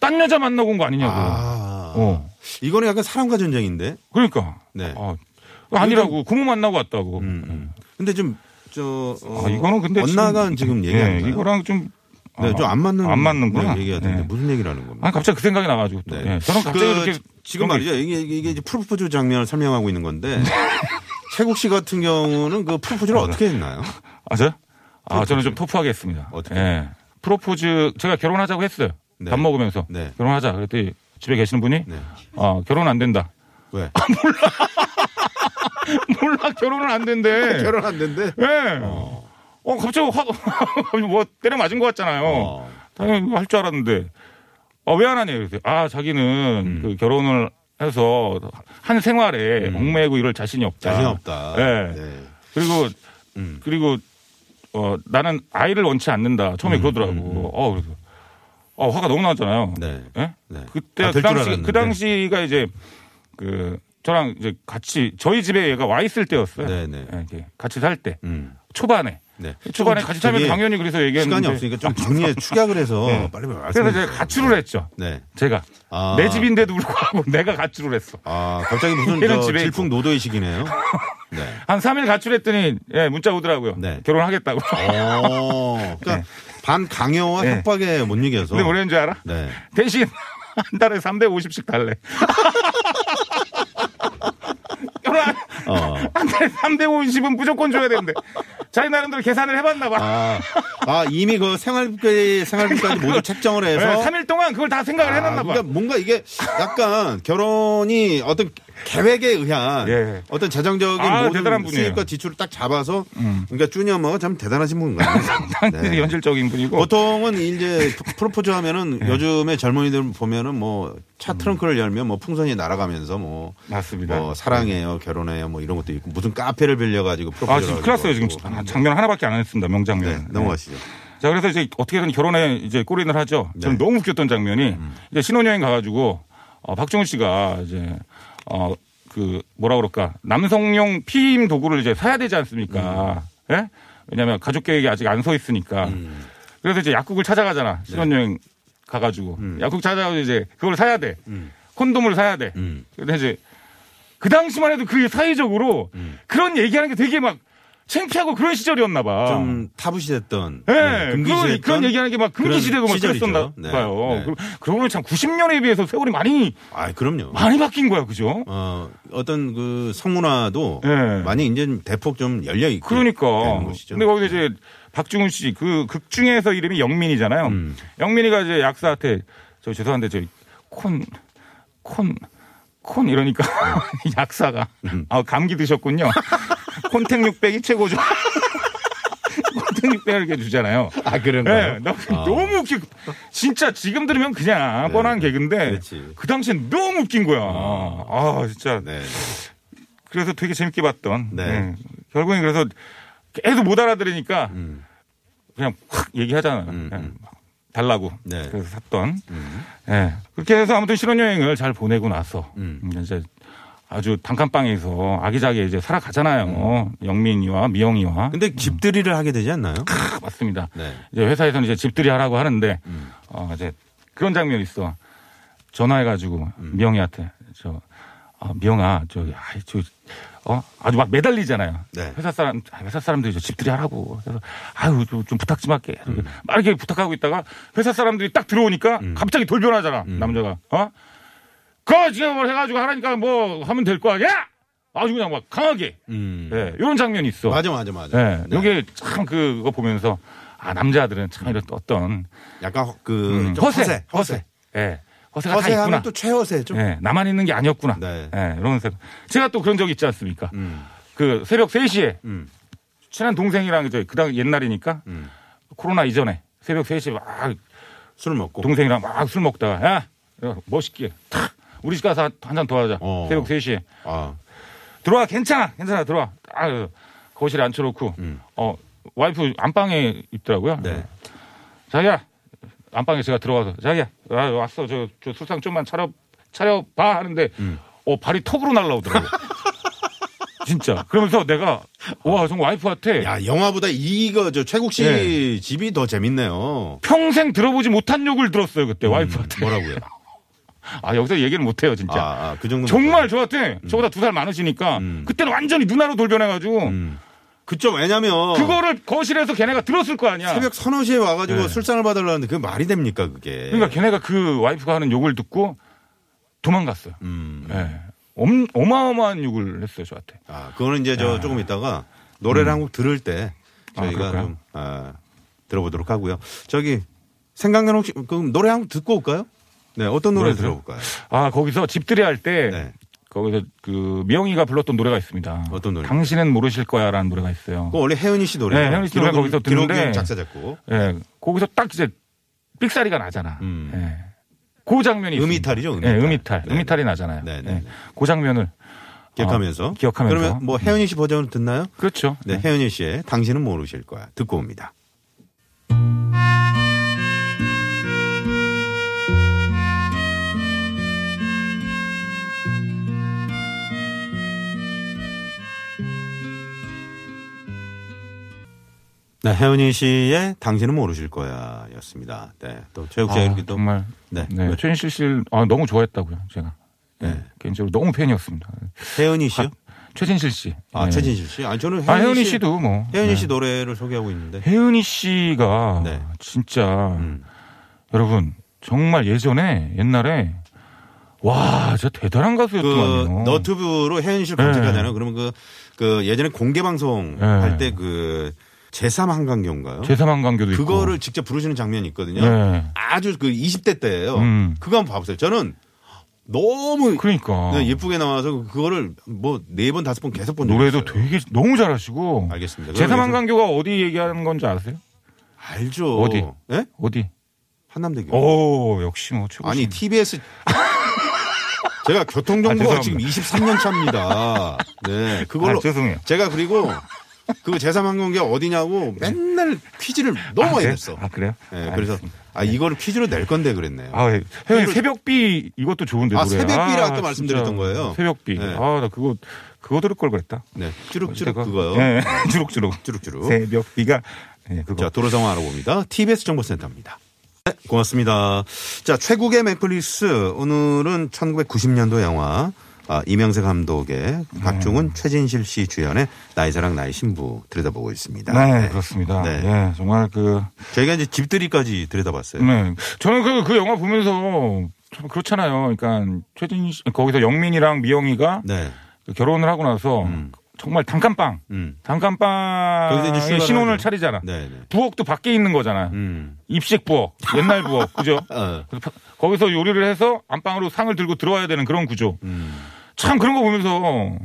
[SPEAKER 3] 딴 여자 만나고 온 거 아니냐고.
[SPEAKER 2] 아,
[SPEAKER 3] 어.
[SPEAKER 2] 이거는 약간 사람과 전쟁인데.
[SPEAKER 3] 그러니까.
[SPEAKER 2] 네. 음,
[SPEAKER 3] 아, 아니라고 고모 만나고 왔다고.
[SPEAKER 2] 근데 좀저 어,
[SPEAKER 3] 아, 이거는 근데
[SPEAKER 2] 언나간 지금 얘기하는
[SPEAKER 3] 예, 이거랑 좀. 아,
[SPEAKER 2] 네, 좀 안 맞는
[SPEAKER 3] 안 맞는구나.
[SPEAKER 2] 네, 얘기 같은데
[SPEAKER 3] 예.
[SPEAKER 2] 무슨 얘기를 하는 겁니까?
[SPEAKER 3] 아니, 갑자기 그 생각이 나가지고. 또.
[SPEAKER 2] 네.
[SPEAKER 3] 예, 저는 갑자기
[SPEAKER 2] 그
[SPEAKER 3] 이렇게.
[SPEAKER 2] 지금
[SPEAKER 3] 그런 게 네.
[SPEAKER 2] 말이죠. 이게, 이게, 이게 이제 프로포즈 장면을 설명하고 있는 건데 최국 씨 같은 경우는 그 프로포즈를 어떻게 했나요?
[SPEAKER 3] 아, 저요? 아, 저는 좀 터프하게 했습니다.
[SPEAKER 2] 어떻게?
[SPEAKER 3] 예. 프로포즈, 제가 결혼하자고 했어요.
[SPEAKER 2] 네.
[SPEAKER 3] 밥 먹으면서.
[SPEAKER 2] 네.
[SPEAKER 3] 결혼하자. 그랬더니 집에 계시는 분이,
[SPEAKER 2] 네.
[SPEAKER 3] 아, 결혼 안 된다.
[SPEAKER 2] 왜?
[SPEAKER 3] 아, 몰라, 결혼은 안 된대.
[SPEAKER 2] 결혼 안 된대.
[SPEAKER 3] 예. 어. 갑자기 화, 뭐 때려 맞은 것 같잖아요.
[SPEAKER 2] 어.
[SPEAKER 3] 당연히 할 줄 알았는데, 아, 왜 안 하냐, 이랬어요. 아, 자기는
[SPEAKER 2] 음.
[SPEAKER 3] 그 결혼을 해서 한 생활에 얽매고 이럴 자신이 없다.
[SPEAKER 2] 자신 없다.
[SPEAKER 3] 예.
[SPEAKER 2] 네.
[SPEAKER 3] 그리고,
[SPEAKER 2] 음.
[SPEAKER 3] 그리고, 어, 나는 아이를 원치 않는다. 처음에 그러더라고. 어, 그래서. 어, 화가 너무 나잖아요.
[SPEAKER 2] 네.
[SPEAKER 3] 예?
[SPEAKER 2] 네.
[SPEAKER 3] 그때
[SPEAKER 2] 아,
[SPEAKER 3] 그
[SPEAKER 2] 될줄
[SPEAKER 3] 당시
[SPEAKER 2] 알았는데.
[SPEAKER 3] 그 당시가 이제 그 저랑 이제 같이 저희 집에 얘가 와 있을 때였어요.
[SPEAKER 2] 네, 네.
[SPEAKER 3] 예, 이렇게 같이 살 때.
[SPEAKER 2] 음.
[SPEAKER 3] 초반에.
[SPEAKER 2] 네.
[SPEAKER 3] 초반에
[SPEAKER 2] 좀
[SPEAKER 3] 같이 살면
[SPEAKER 2] 저기
[SPEAKER 3] 당연히 그래서 얘기했는데 네.
[SPEAKER 2] 시간이 없으니까 좀 정리에 축약을 해서 빨리 빨리
[SPEAKER 3] 그래서
[SPEAKER 2] 말씀해
[SPEAKER 3] 제가
[SPEAKER 2] 주세요.
[SPEAKER 3] 가출을 했죠.
[SPEAKER 2] 네.
[SPEAKER 3] 제가
[SPEAKER 2] 아.
[SPEAKER 3] 내 집인데도 불구하고 내가 가출을 했어.
[SPEAKER 2] 아, 갑자기 무슨
[SPEAKER 3] 얘는
[SPEAKER 2] 저
[SPEAKER 3] 집에 있고.
[SPEAKER 2] 질풍노도의식이네요. 네.
[SPEAKER 3] 한 3일 가출했더니 예, 문자 오더라고요.
[SPEAKER 2] 네.
[SPEAKER 3] 결혼하겠다고.
[SPEAKER 2] 어. 그러니까 반 강요와
[SPEAKER 3] 네.
[SPEAKER 2] 협박에 못 이겨서.
[SPEAKER 3] 근데 뭐라는 줄 알아?
[SPEAKER 2] 네.
[SPEAKER 3] 대신 한 달에 350씩 달래. 결혼
[SPEAKER 2] 어.
[SPEAKER 3] 한 달에 350은 무조건 줘야 되는데 자기 나름대로 계산을 해봤나 봐.
[SPEAKER 2] 아, 아 이미 그 생활비 생활비까지 모두 책정을
[SPEAKER 3] 네,
[SPEAKER 2] 해서
[SPEAKER 3] 3일 동안 그걸 다 생각을
[SPEAKER 2] 아,
[SPEAKER 3] 해놨나 봐.
[SPEAKER 2] 그러니까 뭔가 이게 약간 결혼이 어떤 계획에 의한
[SPEAKER 3] 예.
[SPEAKER 2] 어떤 재정적인
[SPEAKER 3] 아,
[SPEAKER 2] 모든
[SPEAKER 3] 대단한 분이에요.
[SPEAKER 2] 수익과 지출을 딱 잡아서
[SPEAKER 3] 음.
[SPEAKER 2] 그러니까 쭈니어머가 참 대단하신 분인 것 같아요. 네.
[SPEAKER 3] 상당히 현실적인 분이고
[SPEAKER 2] 보통은 이제 프로포즈 하면은
[SPEAKER 3] 예.
[SPEAKER 2] 요즘에 젊은이들 보면은 뭐 차 트렁크를 열면 뭐 풍선이 날아가면서 뭐
[SPEAKER 3] 음. 맞습니다. 네.
[SPEAKER 2] 뭐 사랑해요, 결혼해요, 뭐 이런 것도 있고 무슨 카페를 빌려가지고
[SPEAKER 3] 아
[SPEAKER 2] 프로포즈.
[SPEAKER 3] 지금 큰일 났어요 지금 아, 장면 하나밖에 안 했습니다 명장면.
[SPEAKER 2] 네, 넘어가시죠.
[SPEAKER 3] 자 그래서 이제 어떻게든 결혼에 이제 꼬린을 하죠. 저는
[SPEAKER 2] 네. 음.
[SPEAKER 3] 너무 웃겼던 장면이 이제 신혼여행 가가지고 어, 박정우 씨가 이제 어 그 뭐라 그럴까 남성용 피임 도구를 이제 사야 되지 않습니까?
[SPEAKER 2] 음.
[SPEAKER 3] 예? 왜냐하면 가족 계획이 아직 안 서 있으니까. 그래서 이제 약국을
[SPEAKER 2] 네.
[SPEAKER 3] 찾아가잖아 신혼여행 가가지고
[SPEAKER 2] 음.
[SPEAKER 3] 약국 찾아가서 이제 그걸 사야 돼. 콘돔을 사야 돼.
[SPEAKER 2] 음.
[SPEAKER 3] 근데 이제 그 당시만 해도 그 사회적으로
[SPEAKER 2] 음.
[SPEAKER 3] 그런 얘기하는 게 되게 막 창피하고 그런 시절이었나 봐.
[SPEAKER 2] 좀 타부시됐던
[SPEAKER 3] 아. 예,
[SPEAKER 2] 네,
[SPEAKER 3] 그런,
[SPEAKER 2] 금기시됐던
[SPEAKER 3] 그런 얘기하는 게 막 금기시되고 막
[SPEAKER 2] 시절이죠.
[SPEAKER 3] 그랬었나
[SPEAKER 2] 네,
[SPEAKER 3] 봐요.
[SPEAKER 2] 네.
[SPEAKER 3] 그, 그러고 보니 참 90년에 비해서 세월이 많이,
[SPEAKER 2] 아, 그럼요.
[SPEAKER 3] 많이 바뀐 거야, 그죠?
[SPEAKER 2] 어, 어떤 그 성문화도
[SPEAKER 3] 예.
[SPEAKER 2] 많이 이제 대폭 좀 열려 있고.
[SPEAKER 3] 그러니까.
[SPEAKER 2] 되는 네, 것이죠.
[SPEAKER 3] 근데 거기서 이제 박중훈 씨, 그 극 중에서 이름이 영민이잖아요.
[SPEAKER 2] 음.
[SPEAKER 3] 영민이가 이제 약사한테, 저 죄송한데, 저 콘, 콘, 콘 이러니까
[SPEAKER 2] 음.
[SPEAKER 3] 약사가, 아, 감기 드셨군요. 콘택 600이 최고죠. 콘택 600을 이렇게 주잖아요.
[SPEAKER 2] 아,
[SPEAKER 3] 예,
[SPEAKER 2] 그런가요?
[SPEAKER 3] 나 너무 웃기 진짜 지금 들으면 그냥
[SPEAKER 2] 네.
[SPEAKER 3] 뻔한 개그인데
[SPEAKER 2] 그렇지.
[SPEAKER 3] 그 당시엔 너무 웃긴 거야. 아, 진짜.
[SPEAKER 2] 네.
[SPEAKER 3] 그래서 되게 재밌게 봤던.
[SPEAKER 2] 네.
[SPEAKER 3] 예. 결국엔 그래서 계속 못 알아들으니까
[SPEAKER 2] 음.
[SPEAKER 3] 그냥 확 얘기하잖아. 그냥 막 달라고.
[SPEAKER 2] 네. 음.
[SPEAKER 3] 그래서 샀던. 예. 그렇게 해서 아무튼 신혼여행을 잘 보내고 나서
[SPEAKER 2] 음.
[SPEAKER 3] 음, 이제 아주 단칸방에서 아기자기 이제 살아가잖아요. 영민이와 미영이와.
[SPEAKER 2] 음. 근데 집들이를 하게 되지 않나요?
[SPEAKER 3] 딱 맞습니다.
[SPEAKER 2] 네.
[SPEAKER 3] 이제 회사에서는 이제 집들이 하라고 하는데
[SPEAKER 2] 음.
[SPEAKER 3] 어 이제 그런 장면이 있어. 전화해가지고
[SPEAKER 2] 음.
[SPEAKER 3] 미영이한테 저 아, 미영아 저기 아이 저어 아주 막 매달리잖아요.
[SPEAKER 2] 네.
[SPEAKER 3] 회사 사람 아, 회사 사람들이 저 집들이 하라고 그래서 아유 좀, 좀 부탁 좀 할게.
[SPEAKER 2] 음.
[SPEAKER 3] 막 이렇게 부탁하고 있다가 회사 사람들이 딱 들어오니까 갑자기 돌변하잖아
[SPEAKER 2] 음.
[SPEAKER 3] 남자가 어 그거 지금 뭘 해가지고 하라니까 뭐 하면 될 거 아니야? 아주 그냥 막 강하게
[SPEAKER 2] 음.
[SPEAKER 3] 예 이런 장면이 있어.
[SPEAKER 2] 맞아, 맞아, 맞아.
[SPEAKER 3] 네.
[SPEAKER 2] 네.
[SPEAKER 3] 이게 참 그거 보면서 아 남자들은 참 이런 어떤
[SPEAKER 2] 약간 허- 그
[SPEAKER 3] 음,
[SPEAKER 2] 좀 허세,
[SPEAKER 3] 허세, 예, 허세가 다 있구나.
[SPEAKER 2] 허세하면 또 최허세 좀.
[SPEAKER 3] 예, 나만 있는 게 아니었구나.
[SPEAKER 2] 네.
[SPEAKER 3] 예, 이런 생각. 제가 또 그런 적이 있지 않습니까?
[SPEAKER 2] 음.
[SPEAKER 3] 그 새벽 3시에
[SPEAKER 2] 음.
[SPEAKER 3] 친한 동생이랑 저희 그당 옛날이니까 코로나 이전에 새벽 3시에 막
[SPEAKER 2] 술 먹고.
[SPEAKER 3] 동생이랑 막 술 먹다가 야, 야, 멋있게 탁 우리 집 가서 한 잔 더 하자.
[SPEAKER 2] 어.
[SPEAKER 3] 새벽 3시에
[SPEAKER 2] 아,
[SPEAKER 3] 들어와 괜찮아 괜찮아 들어와 아 그래서 거실에 앉혀놓고 어 와이프 안방에 있더라고요
[SPEAKER 2] 음. 네.
[SPEAKER 3] 자기야 안방에 제가 들어가서 자기야 아, 왔어 저, 저 술상 좀만 차려 차려봐 하는데
[SPEAKER 2] 음.
[SPEAKER 3] 어 발이 턱으로 날라오더라고 진짜 그러면서 내가 와 정말 와이프한테
[SPEAKER 2] 야, 영화보다 이거 저 최국 씨
[SPEAKER 3] 네.
[SPEAKER 2] 집이 더 재밌네요.
[SPEAKER 3] 평생 들어보지 못한 욕을 들었어요 그때 와이프한테
[SPEAKER 2] 음, 뭐라고요?
[SPEAKER 3] 아 여기서 얘기를 못해요 진짜
[SPEAKER 2] 아, 음. 아, 그 정도.
[SPEAKER 3] 정말 저한테 저보다 두 살 많으시니까 그때는 완전히 누나로 돌변해가지고
[SPEAKER 2] 음. 그쵸, 왜냐면.
[SPEAKER 3] 그거를 거실에서 걔네가 들었을 거 아니야
[SPEAKER 2] 어. 새벽 서너 시에 와가지고
[SPEAKER 3] 네.
[SPEAKER 2] 술상을 받으려고 하는데 그게 말이 됩니까, 그게.
[SPEAKER 3] 그러니까 걔네가 그 와이프가 하는 욕을 듣고 도망갔어요.
[SPEAKER 2] 음.
[SPEAKER 3] 예. 엄- 어마어마한 욕을 했어요 저한테.
[SPEAKER 2] 아, 그거는 이제 저 조금 있다가 노래를 한 곡 들을 때
[SPEAKER 3] 음. 아,
[SPEAKER 2] 저희가
[SPEAKER 3] 그럴까요?
[SPEAKER 2] 좀 아, 들어보도록 하고요. 저기 생각난 혹시 그럼 노래 한 곡 듣고 올까요? 네, 어떤 노래
[SPEAKER 3] 노래 들어요?
[SPEAKER 2] 들어볼까요?
[SPEAKER 3] 아 거기서 집들이 할 때
[SPEAKER 2] 네.
[SPEAKER 3] 거기서 그 미영이가 불렀던 노래가 있습니다.
[SPEAKER 2] 어떤 노래요?
[SPEAKER 3] 당신은 모르실 거야라는 노래가 있어요.
[SPEAKER 2] 그거 원래 혜은이 씨 노래.
[SPEAKER 3] 네, 혜은이 씨 노래 거기서 듣는데.
[SPEAKER 2] 기록은 작사 작곡.
[SPEAKER 3] 예. 거기서 딱 이제 삑사리가 나잖아.
[SPEAKER 2] 음.
[SPEAKER 3] 예. 그 장면이
[SPEAKER 2] 음이탈이죠,
[SPEAKER 3] 있습니다. 예,
[SPEAKER 2] 음이탈.
[SPEAKER 3] 음이탈.
[SPEAKER 2] 네.
[SPEAKER 3] 음이탈이 나잖아요.
[SPEAKER 2] 네, 네,
[SPEAKER 3] 예.
[SPEAKER 2] 네.
[SPEAKER 3] 그 장면을
[SPEAKER 2] 기억하면서.
[SPEAKER 3] 어, 기억하면서.
[SPEAKER 2] 그러면 뭐 혜은이 씨 버전으로 듣나요?
[SPEAKER 3] 그렇죠.
[SPEAKER 2] 네, 혜은이 씨의 당신은 모르실 거야. 듣고 옵니다. 네, 혜은이 씨의 당신은 모르실 거야 였습니다. 네, 또 최욱 씨가
[SPEAKER 3] 아,
[SPEAKER 2] 이렇게 또.
[SPEAKER 3] 정말
[SPEAKER 2] 네.
[SPEAKER 3] 네. 최인실 씨를 아, 너무 좋아했다고요, 제가. 네.
[SPEAKER 2] 네.
[SPEAKER 3] 개인적으로 너무 팬이었습니다.
[SPEAKER 2] 혜은이 씨요?
[SPEAKER 3] 최진실 씨.
[SPEAKER 2] 아,
[SPEAKER 3] 네.
[SPEAKER 2] 최진실 씨? 아니, 저는 혜은이,
[SPEAKER 3] 아, 혜은이 씨도 뭐.
[SPEAKER 2] 혜은이
[SPEAKER 3] 네.
[SPEAKER 2] 씨 노래를 소개하고 있는데.
[SPEAKER 3] 혜은이 씨가
[SPEAKER 2] 네. 음.
[SPEAKER 3] 진짜 여러분 정말 예전에 옛날에 와, 진짜 대단한
[SPEAKER 2] 그
[SPEAKER 3] 가수였더만요.
[SPEAKER 2] 너튜브로 혜은이 씨를 검색하잖아요. 그러면 그, 그 예전에 공개 방송
[SPEAKER 3] 네.
[SPEAKER 2] 할 때 그 제3 한강교인가요?
[SPEAKER 3] 제3한 관계도 있고.
[SPEAKER 2] 그거를 직접 부르시는 장면이 있거든요.
[SPEAKER 3] 네.
[SPEAKER 2] 아주 그 20대 때예요
[SPEAKER 3] 음.
[SPEAKER 2] 그거 한번 봐보세요. 저는 너무
[SPEAKER 3] 그러니까
[SPEAKER 2] 그냥 예쁘게 나와서 그거를 뭐 네 번 다섯 번 계속 본 적이
[SPEAKER 3] 노래도
[SPEAKER 2] 있어요.
[SPEAKER 3] 되게 너무 잘하시고
[SPEAKER 2] 알겠습니다. 그러면
[SPEAKER 3] 제3한강교가 어디 얘기하는 건지 아세요?
[SPEAKER 2] 알죠.
[SPEAKER 3] 어디? 어,
[SPEAKER 2] 예?
[SPEAKER 3] 어디?
[SPEAKER 2] 한남대교.
[SPEAKER 3] 오 역시 뭐 최고.
[SPEAKER 2] 아니 TBS 제가 교통정보가
[SPEAKER 3] 아, 죄송합니다.
[SPEAKER 2] 지금 23년 차입니다. 네, 그걸로
[SPEAKER 3] 아, 죄송해요.
[SPEAKER 2] 제가 그리고 그 제3항공기 어디냐고 맨날 퀴즈를 너무 많이 냈어.
[SPEAKER 3] 아 그래요?
[SPEAKER 2] 네, 그래서 아 이거를 퀴즈로 낼 건데 그랬네요.
[SPEAKER 3] 아, 예. 회원님 새벽비 이것도 좋은데
[SPEAKER 2] 아,
[SPEAKER 3] 노래.
[SPEAKER 2] 새벽비를
[SPEAKER 3] 아,
[SPEAKER 2] 아까 말씀드렸던
[SPEAKER 3] 진짜.
[SPEAKER 2] 거예요.
[SPEAKER 3] 새벽비.
[SPEAKER 2] 네.
[SPEAKER 3] 아 나 그거 그거 들을 걸 그랬다.
[SPEAKER 2] 네, 쭈룩쭈룩 그거요.
[SPEAKER 3] 네, 주룩주룩.
[SPEAKER 2] 쭈룩쭈룩.
[SPEAKER 3] 새벽비가 네, 그거.
[SPEAKER 2] 자, 도로 상황 알아봅니다. TBS 정보센터입니다. 네, 고맙습니다. 자, 최국의 맥플릭스. 오늘은 1990년도 영화 아, 이명세 감독의
[SPEAKER 3] 네.
[SPEAKER 2] 박중훈, 최진실 씨 주연의 나의 사랑 나의 신부 들여다보고 있습니다.
[SPEAKER 3] 네, 그렇습니다.
[SPEAKER 2] 네.
[SPEAKER 3] 예, 정말 그
[SPEAKER 2] 저희가 이제 집들이까지 들여다봤어요.
[SPEAKER 3] 네. 저는 그, 그 영화 보면서 참 그렇잖아요. 그러니까 최진 씨, 거기서 영민이랑 미영이가
[SPEAKER 2] 네.
[SPEAKER 3] 그 결혼을 하고 나서 정말 단칸방,
[SPEAKER 2] 음. 거기서 이제
[SPEAKER 3] 단칸방에
[SPEAKER 2] 출발을
[SPEAKER 3] 신혼을
[SPEAKER 2] 하죠.
[SPEAKER 3] 차리잖아.
[SPEAKER 2] 네, 네.
[SPEAKER 3] 부엌도 밖에 있는 거잖아요.
[SPEAKER 2] 음.
[SPEAKER 3] 입식 부엌, 옛날 부엌, 그죠?
[SPEAKER 2] 어.
[SPEAKER 3] 그래서 파- 거기서 요리를 해서 안방으로 상을 들고 들어와야 되는 그런 구조.
[SPEAKER 2] 음.
[SPEAKER 3] 참 그런 거 보면서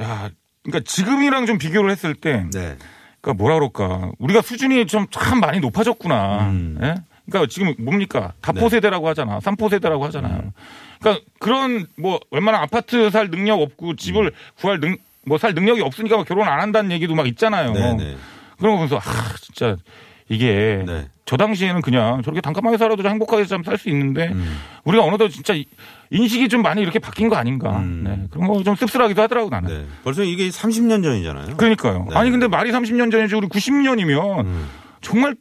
[SPEAKER 3] 야, 그러니까 지금이랑 좀 비교를 했을 때
[SPEAKER 2] 네.
[SPEAKER 3] 그러니까 뭐라 그럴까 우리가 수준이 좀 참 많이 높아졌구나.
[SPEAKER 2] 음.
[SPEAKER 3] 예? 그러니까 지금 뭡니까
[SPEAKER 2] 네. 음.
[SPEAKER 3] 다포 세대라고 하잖아, 삼포 세대라고 하잖아요. 그러니까 그런 뭐 웬만한 아파트 살 능력 없고
[SPEAKER 2] 음.
[SPEAKER 3] 집을 구할 능 뭐 살 능력이 없으니까 막 결혼 안 한다는 얘기도 막 있잖아요.
[SPEAKER 2] 네, 네.
[SPEAKER 3] 그런 거 보면서 아 진짜 이게
[SPEAKER 2] 네.
[SPEAKER 3] 저 당시에는 그냥 저렇게 단칸방에 살아도 좀 행복하게 좀 살 수 있는데
[SPEAKER 2] 음.
[SPEAKER 3] 우리가 어느덧 진짜 이- 인식이 좀 많이 이렇게 바뀐 거 아닌가.
[SPEAKER 2] 음.
[SPEAKER 3] 네. 그런 거 좀 씁쓸하기도 하더라고 나는.
[SPEAKER 2] 네. 벌써 이게 30년 전이잖아요.
[SPEAKER 3] 그러니까요.
[SPEAKER 2] 네. 음.
[SPEAKER 3] 아니 근데 말이 30년 전이지 우리 90년이면 정말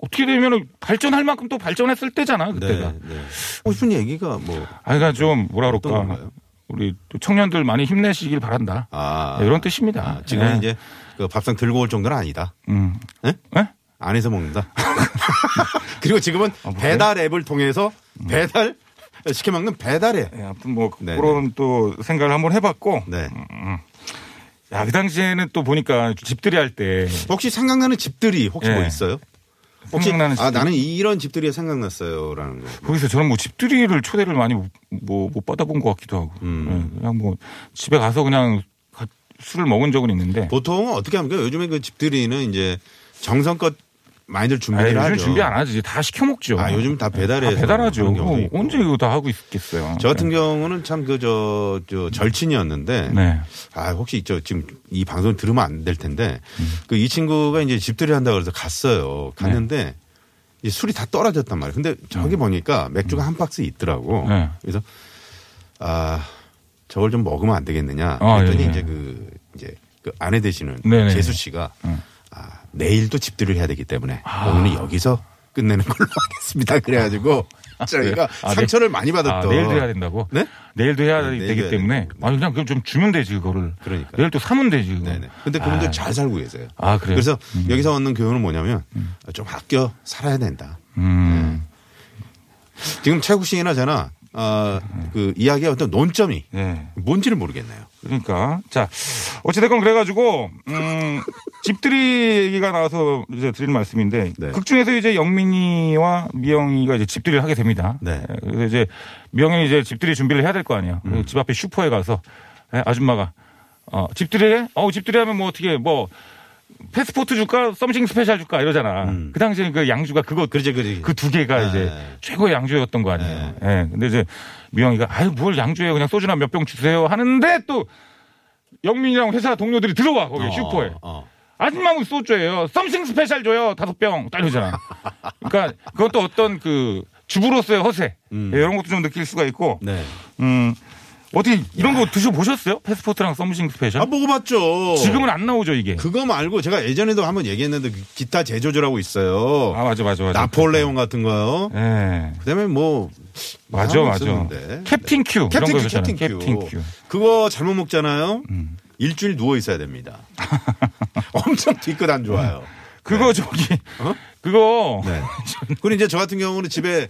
[SPEAKER 3] 어떻게 되면 발전할 만큼 또 발전했을 때잖아 그때가.
[SPEAKER 2] 네. 네. 하고 싶은 얘기가 뭐
[SPEAKER 3] 아 그러니까 좀 뭐라
[SPEAKER 2] 어떤
[SPEAKER 3] 그럴까
[SPEAKER 2] 건가요?
[SPEAKER 3] 우리 또 청년들 많이 힘내시길 바란다.
[SPEAKER 2] 아.
[SPEAKER 3] 네, 이런 뜻입니다.
[SPEAKER 2] 아, 지금은
[SPEAKER 3] 네.
[SPEAKER 2] 이제 그 밥상 들고 올 정도는 아니다.
[SPEAKER 3] 음.
[SPEAKER 2] 예?
[SPEAKER 3] 예?
[SPEAKER 2] 안에서 먹는다. 그리고 지금은
[SPEAKER 3] 아,
[SPEAKER 2] 배달 앱을 통해서 배달 시켜 먹는 배달 앱.
[SPEAKER 3] 네, 아무튼 뭐
[SPEAKER 2] 네,
[SPEAKER 3] 그런 또 생각을 한번 해봤고
[SPEAKER 2] 네.
[SPEAKER 3] 야 그 당시에는 또 보니까 집들이 할 때
[SPEAKER 2] 혹시 생각나는 집들이 혹시 뭐
[SPEAKER 3] 네.
[SPEAKER 2] 있어요? 혹시
[SPEAKER 3] 생각나는
[SPEAKER 2] 아
[SPEAKER 3] 집들이.
[SPEAKER 2] 나는 이런 집들이 생각났어요라는 거.
[SPEAKER 3] 거기서 저는 뭐 집들이를 초대를 많이 뭐 못 받아본 것 같기도 하고
[SPEAKER 2] 음.
[SPEAKER 3] 네, 그냥 뭐 집에 가서 그냥 가- 술을 먹은 적은 있는데
[SPEAKER 2] 보통 어떻게 합니까? 요즘에 그 집들이는 이제 정성껏 많이들
[SPEAKER 3] 아니,
[SPEAKER 2] 준비를
[SPEAKER 3] 요즘
[SPEAKER 2] 뭐 하죠.
[SPEAKER 3] 준비 안 하지. 다 시켜 먹죠.
[SPEAKER 2] 아, 요즘 다 배달해서
[SPEAKER 3] 배달하죠.
[SPEAKER 2] 그런 경우도
[SPEAKER 3] 그거
[SPEAKER 2] 있고.
[SPEAKER 3] 언제 이거 다 하고 있겠어요.
[SPEAKER 2] 저 같은 경우는 참 그 저 저 절친이었는데
[SPEAKER 3] 네.
[SPEAKER 2] 아 혹시 저 지금 이 방송 들으면 안 될 텐데 그 이 친구가 이제 집들이 한다 그래서 갔어요. 갔는데 이 술이 다 떨어졌단 말이에요. 근데 저기 보니까 맥주가 한 박스 있더라고.
[SPEAKER 3] 음. 네.
[SPEAKER 2] 그래서 아 저걸 좀 먹으면 안 되겠느냐
[SPEAKER 3] 아,
[SPEAKER 2] 그랬더니
[SPEAKER 3] 예, 예.
[SPEAKER 2] 이제 그 이제 그 아내 되시는
[SPEAKER 3] 네네. 음.
[SPEAKER 2] 재수 씨가 아 내일도 집들이를 해야 되기 때문에
[SPEAKER 3] 아.
[SPEAKER 2] 오늘 여기서 끝내는 걸로 하겠습니다. 그래가지고 저희가
[SPEAKER 3] 아, 네.
[SPEAKER 2] 상처를 많이
[SPEAKER 3] 아,
[SPEAKER 2] 받았던
[SPEAKER 3] 내일도 해야 된다고?
[SPEAKER 2] 네?
[SPEAKER 3] 내일도 해야
[SPEAKER 2] 네, 내일도
[SPEAKER 3] 되기
[SPEAKER 2] 해야
[SPEAKER 3] 때문에.
[SPEAKER 2] 되고.
[SPEAKER 3] 아니, 그냥 그걸 좀 주면 되지, 그거를.
[SPEAKER 2] 그러니까요.
[SPEAKER 3] 내일 또 사면 되지. 그거.
[SPEAKER 2] 네네. 근데 그분들
[SPEAKER 3] 아,
[SPEAKER 2] 잘 살고 계세요.
[SPEAKER 3] 아, 그래요?
[SPEAKER 2] 래서 여기서 얻는 교훈은 뭐냐면 좀 아껴 살아야 된다.
[SPEAKER 3] 음.
[SPEAKER 2] 지금 최국 씨나 저나 아, 그 이야기의 어떤 논점이
[SPEAKER 3] 네.
[SPEAKER 2] 뭔지를 모르겠네요.
[SPEAKER 3] 그러니까. 자, 어찌됐건 그래가지고, 음, 집들이 얘기가 나와서 이제 드리는 말씀인데,
[SPEAKER 2] 네.
[SPEAKER 3] 극 중에서 이제 영민이와 미영이가 이제 집들이를 하게 됩니다.
[SPEAKER 2] 네.
[SPEAKER 3] 예, 그래서 이제 미영이는 이제 집들이 준비를 해야 될 거 아니에요. 그래서
[SPEAKER 2] 음.
[SPEAKER 3] 집 앞에 슈퍼에 가서, 예, 아줌마가, 어, 집들이 해? 어, 집들이 하면 뭐 어떻게, 뭐, 패스포트 줄까? 썸씽 스페셜 줄까? 이러잖아.
[SPEAKER 2] 음.
[SPEAKER 3] 그 당시에 그 양주가 그거,
[SPEAKER 2] 그러지, 그러지.
[SPEAKER 3] 그 두 개가
[SPEAKER 2] 네.
[SPEAKER 3] 이제 최고의 양주였던 거 아니에요. 예. 근데 이제 미영이가 아유 뭘 양주예요. 그냥 소주나 몇 병 주세요. 하는데 또 영민이랑 회사 동료들이 들어와 거기
[SPEAKER 2] 어,
[SPEAKER 3] 슈퍼에.
[SPEAKER 2] 어.
[SPEAKER 3] 아줌마 무 소주예요. 썸씽 스페셜 줘요. 다섯 병. 딱 이러잖아. 그러니까 그것도 어떤 그 주부로서의 허세. 예, 이런 것도 좀 느낄 수가 있고.
[SPEAKER 2] 음. 네.
[SPEAKER 3] 음. 어디 이런 거 드셔 보셨어요? 패스포트랑 썸씽 스페셜?
[SPEAKER 2] 아 먹어봤죠.
[SPEAKER 3] 지금은 안 나오죠, 이게.
[SPEAKER 2] 그거 말고 제가 예전에도 한번 얘기했는데 그 기타 제조주라고 있어요.
[SPEAKER 3] 아, 맞아 맞아 맞아.
[SPEAKER 2] 나폴레옹 같은 거요.
[SPEAKER 3] 예.
[SPEAKER 2] 그다음에 뭐
[SPEAKER 3] 맞아
[SPEAKER 2] 하나
[SPEAKER 3] 맞아.
[SPEAKER 2] 있었는데.
[SPEAKER 3] 캡틴 큐. 이런
[SPEAKER 2] 캡틴
[SPEAKER 3] 거
[SPEAKER 2] 큐,
[SPEAKER 3] 있었잖아요.
[SPEAKER 2] 캡틴 큐.
[SPEAKER 3] 캡틴 큐. 음.
[SPEAKER 2] 그거 잘못 먹잖아요. 일주일 누워 있어야 됩니다. 엄청 뒤끝 안 좋아요.
[SPEAKER 3] 그거 저기
[SPEAKER 2] 어?
[SPEAKER 3] 그거
[SPEAKER 2] 네. 그리고 이제 저 같은 경우는 집에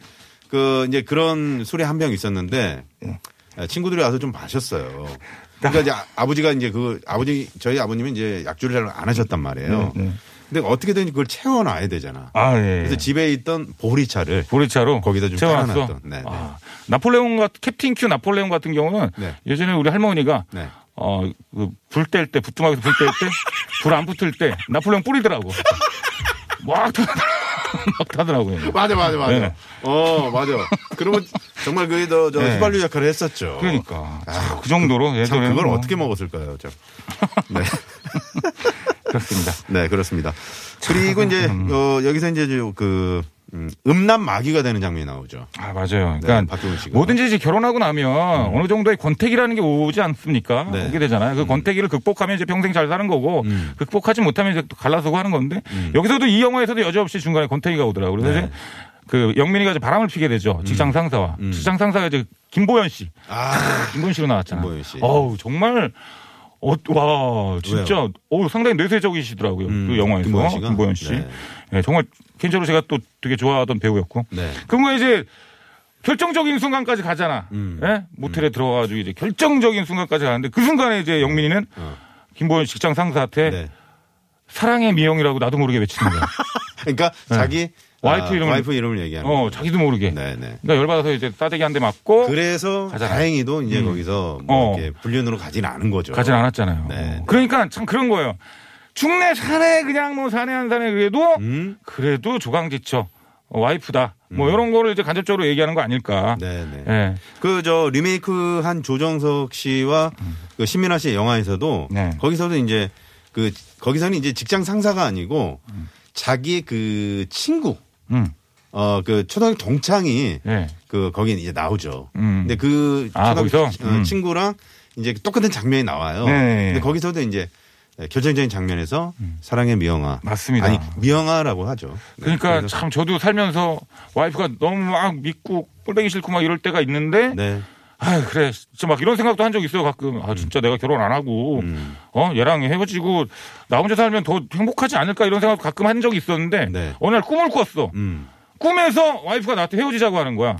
[SPEAKER 2] 그 이제 그런 술이 한 병 있었는데
[SPEAKER 3] 예.
[SPEAKER 2] 아, 친구들이 와서 좀 마셨어요. 그러니까 이제 아- 아버지가 이제 그 아버지 저희 아버님은 이제 약주를 잘 안 하셨단 말이에요. 근데 어떻게든 그걸 채워놔야 되잖아.
[SPEAKER 3] 아 네, 예.
[SPEAKER 2] 그래서 집에 있던 보리차를
[SPEAKER 3] 보리차로
[SPEAKER 2] 거기다 좀
[SPEAKER 3] 채워놨어.
[SPEAKER 2] 깔아놨던. 네, 네.
[SPEAKER 3] 아, 나폴레옹 같은 캡틴 큐 나폴레옹 같은 경우는
[SPEAKER 2] 네.
[SPEAKER 3] 예전에 우리 할머니가 어, 그
[SPEAKER 2] 네.
[SPEAKER 3] 어불뗄 때 부뚜막에서 불 뗄 때 불 안 붙을 때 나폴레옹 뿌리더라고. 막 타- 막 타더라고요.
[SPEAKER 2] 맞아, 맞아, 맞아.
[SPEAKER 3] 네.
[SPEAKER 2] 어, 맞아. 그러면 정말 그게 더, 저
[SPEAKER 3] 네.
[SPEAKER 2] 휘발유 역할을 했었죠.
[SPEAKER 3] 그러니까 참, 그 정도로
[SPEAKER 2] 참,
[SPEAKER 3] 예전에
[SPEAKER 2] 아, 그걸
[SPEAKER 3] 뭐
[SPEAKER 2] 어떻게 먹었을까요, 참. 네.
[SPEAKER 3] 그렇습니다.
[SPEAKER 2] 네, 그렇습니다. 그리고 이제,
[SPEAKER 3] 음.
[SPEAKER 2] 어, 여기서 이제 저 그, 음, 음란 마귀가 되는 장면이 나오죠.
[SPEAKER 3] 아 맞아요. 그러니까
[SPEAKER 2] 네, 박경훈 씨가. 음.
[SPEAKER 3] 뭐든지 이제 결혼하고 나면 어느 정도의 권태기라는 게 오지 않습니까?
[SPEAKER 2] 네. 음.
[SPEAKER 3] 오게 되잖아요. 그 권태기를 극복하면 이제 평생 잘 사는 거고 극복하지 못하면 이제 또 갈라서고 하는 건데 여기서도 이 영화에서도 여지없이 중간에 권태기가 오더라고요. 그래서
[SPEAKER 2] 네.
[SPEAKER 3] 이제 그 영민이가 이제 바람을 피게 되죠. 직장 상사와 직장 상사가 이제 김보현 씨,
[SPEAKER 2] 음. 아,
[SPEAKER 3] 김보현 씨로 나왔잖아요.
[SPEAKER 2] 김보현 씨.
[SPEAKER 3] 어우 정말. 어, 와, 진짜, 어 상당히 뇌세적이시더라고요.
[SPEAKER 2] 음,
[SPEAKER 3] 그 영화에서.
[SPEAKER 2] 김보현 씨가?
[SPEAKER 3] 김보현 씨.
[SPEAKER 2] 네.
[SPEAKER 3] 예, 정말, 개인적으로 제가 또 되게 좋아하던 배우였고.
[SPEAKER 2] 네.
[SPEAKER 3] 그러면 뭐 이제 결정적인 순간까지 가잖아.
[SPEAKER 2] 음.
[SPEAKER 3] 예? 모텔에 들어가가지고 이제 결정적인 순간까지 가는데 그 순간에 이제 영민이는 김보현 직장 상사한테
[SPEAKER 2] 어. 네.
[SPEAKER 3] 사랑의 미영이라고 나도 모르게 외치는 거야.
[SPEAKER 2] 그러니까 자기
[SPEAKER 3] 네. 와이프
[SPEAKER 2] 아,
[SPEAKER 3] 이름을-
[SPEAKER 2] 와이프 이름을 얘기하는.
[SPEAKER 3] 어, 자기도 모르게.
[SPEAKER 2] 네, 네.
[SPEAKER 3] 그러니까 열받아서 이제 따대기 한 대 맞고
[SPEAKER 2] 그래서
[SPEAKER 3] 가잖아요. 음.
[SPEAKER 2] 다행히도 이제 거기서 뭐
[SPEAKER 3] 어.
[SPEAKER 2] 이렇게 불륜으로 가진 않은 거죠.
[SPEAKER 3] 가진 않았잖아요.
[SPEAKER 2] 네.
[SPEAKER 3] 그러니까 참 그런 거예요. 중내 산에 그냥 뭐 산에 한 산에 그래도
[SPEAKER 2] 음.
[SPEAKER 3] 그래도 조강지처 어, 와이프다. 뭐 이런 거를 이제 간접적으로 얘기하는 거 아닐까.
[SPEAKER 2] 네, 음. 네.
[SPEAKER 3] 예.
[SPEAKER 2] 그 저 리메이크 한 조정석 씨와 그 신민아 씨의 영화에서도
[SPEAKER 3] 음. 네.
[SPEAKER 2] 거기서도 이제 그 거기서는 이제 직장 상사가 아니고 자기 그 친구
[SPEAKER 3] 음.
[SPEAKER 2] 어 그 초등학교 동창이
[SPEAKER 3] 예.
[SPEAKER 2] 그 거긴 이제 나오죠.
[SPEAKER 3] 음.
[SPEAKER 2] 근데 그
[SPEAKER 3] 아,
[SPEAKER 2] 초등학교
[SPEAKER 3] 거기서?
[SPEAKER 2] 어,
[SPEAKER 3] 음.
[SPEAKER 2] 친구랑 이제 똑같은 장면이 나와요.
[SPEAKER 3] 네. 음.
[SPEAKER 2] 근데 거기서도 이제 결정적인 장면에서 사랑의 미영아
[SPEAKER 3] 맞습니다.
[SPEAKER 2] 아니 미영아라고 하죠. 네,
[SPEAKER 3] 그러니까
[SPEAKER 2] 그래서-
[SPEAKER 3] 참 저도 살면서 와이프가 너무 막 믿고 꼴보기 싫고 막 이럴 때가 있는데
[SPEAKER 2] 네.
[SPEAKER 3] 아 그래 진짜 막 이런 생각도 한 적 있어요 가끔
[SPEAKER 2] 음.
[SPEAKER 3] 아 진짜 내가 결혼 안 하고 어 얘랑 헤어지고 나 혼자 살면 더 행복하지 않을까 이런 생각 도 가끔 한 적이 있었는데
[SPEAKER 2] 네.
[SPEAKER 3] 어느 날 꿈을 꿨어
[SPEAKER 2] 음.
[SPEAKER 3] 꿈에서 와이프가 나한테 헤어지자고 하는 거야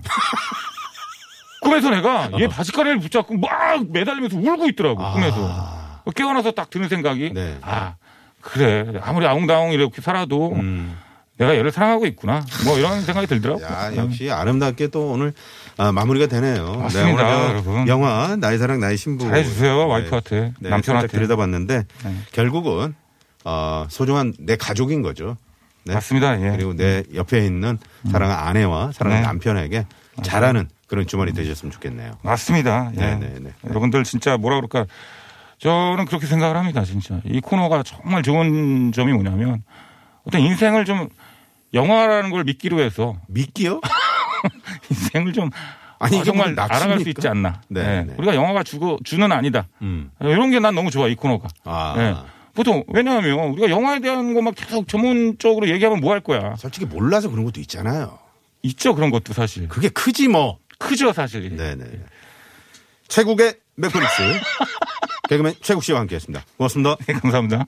[SPEAKER 3] 꿈에서 내가 얘 바지가리를 붙잡고 막 매달리면서 울고 있더라고 꿈에서
[SPEAKER 2] 어. 아,
[SPEAKER 3] 깨어나서 딱 드는 생각이
[SPEAKER 2] 네.
[SPEAKER 3] 아 그래 아무리 아웅다웅 이렇게 살아도
[SPEAKER 2] 음.
[SPEAKER 3] 내가 얘를 사랑하고 있구나. 뭐 이런 생각이 들더라고.
[SPEAKER 2] 야, 역시 아름답게 또 오늘 아, 마무리가 되네요.
[SPEAKER 3] 맞습니다,
[SPEAKER 2] 오늘 저
[SPEAKER 3] 여러분.
[SPEAKER 2] 영화 나의 사랑 나의 신부
[SPEAKER 3] 음. 잘해주세요,
[SPEAKER 2] 네.
[SPEAKER 3] 와이프한테,
[SPEAKER 2] 네,
[SPEAKER 3] 남편한테. 네.
[SPEAKER 2] 살짝 들여다봤는데 결국은 어, 소중한 내 가족인 거죠. 네.
[SPEAKER 3] 맞습니다. 예.
[SPEAKER 2] 그리고 내 옆에 있는 사랑하는 아내와 사랑하는
[SPEAKER 3] 네.
[SPEAKER 2] 남편에게 잘하는 그런 주말이 되셨으면 좋겠네요.
[SPEAKER 3] 맞습니다. 예.
[SPEAKER 2] 네, 네, 네.
[SPEAKER 3] 여러분들 진짜 뭐라 그럴까. 저는 그렇게 생각을 합니다. 진짜 이 코너가 정말 좋은 점이 뭐냐면 어떤 인생을 좀 영화라는 걸 믿기로 해서
[SPEAKER 2] 믿기요?
[SPEAKER 3] 인생을 좀
[SPEAKER 2] 아니,
[SPEAKER 3] 어,
[SPEAKER 2] 이게
[SPEAKER 3] 정말
[SPEAKER 2] 무슨
[SPEAKER 3] 알아갈 수
[SPEAKER 2] 낚시입니까?
[SPEAKER 3] 있지 않나.
[SPEAKER 2] 네,
[SPEAKER 3] 예.
[SPEAKER 2] 네.
[SPEAKER 3] 우리가 영화가 주고 주는 아니다.
[SPEAKER 2] 음.
[SPEAKER 3] 이런 게 난 너무 좋아 이 코너가.
[SPEAKER 2] 아.
[SPEAKER 3] 예. 보통 왜냐하면 우리가 영화에 대한 것만 계속 전문적으로 얘기하면 뭐 할 거야.
[SPEAKER 2] 솔직히 몰라서 그런 것도 있잖아요.
[SPEAKER 3] 있죠 그런 것도 사실.
[SPEAKER 2] 그게 크지 뭐.
[SPEAKER 3] 크죠 사실.
[SPEAKER 2] 네네. 최국의 맥플릭스 개그맨 최국 씨와 함께했습니다. 고맙습니다.
[SPEAKER 3] 네, 감사합니다.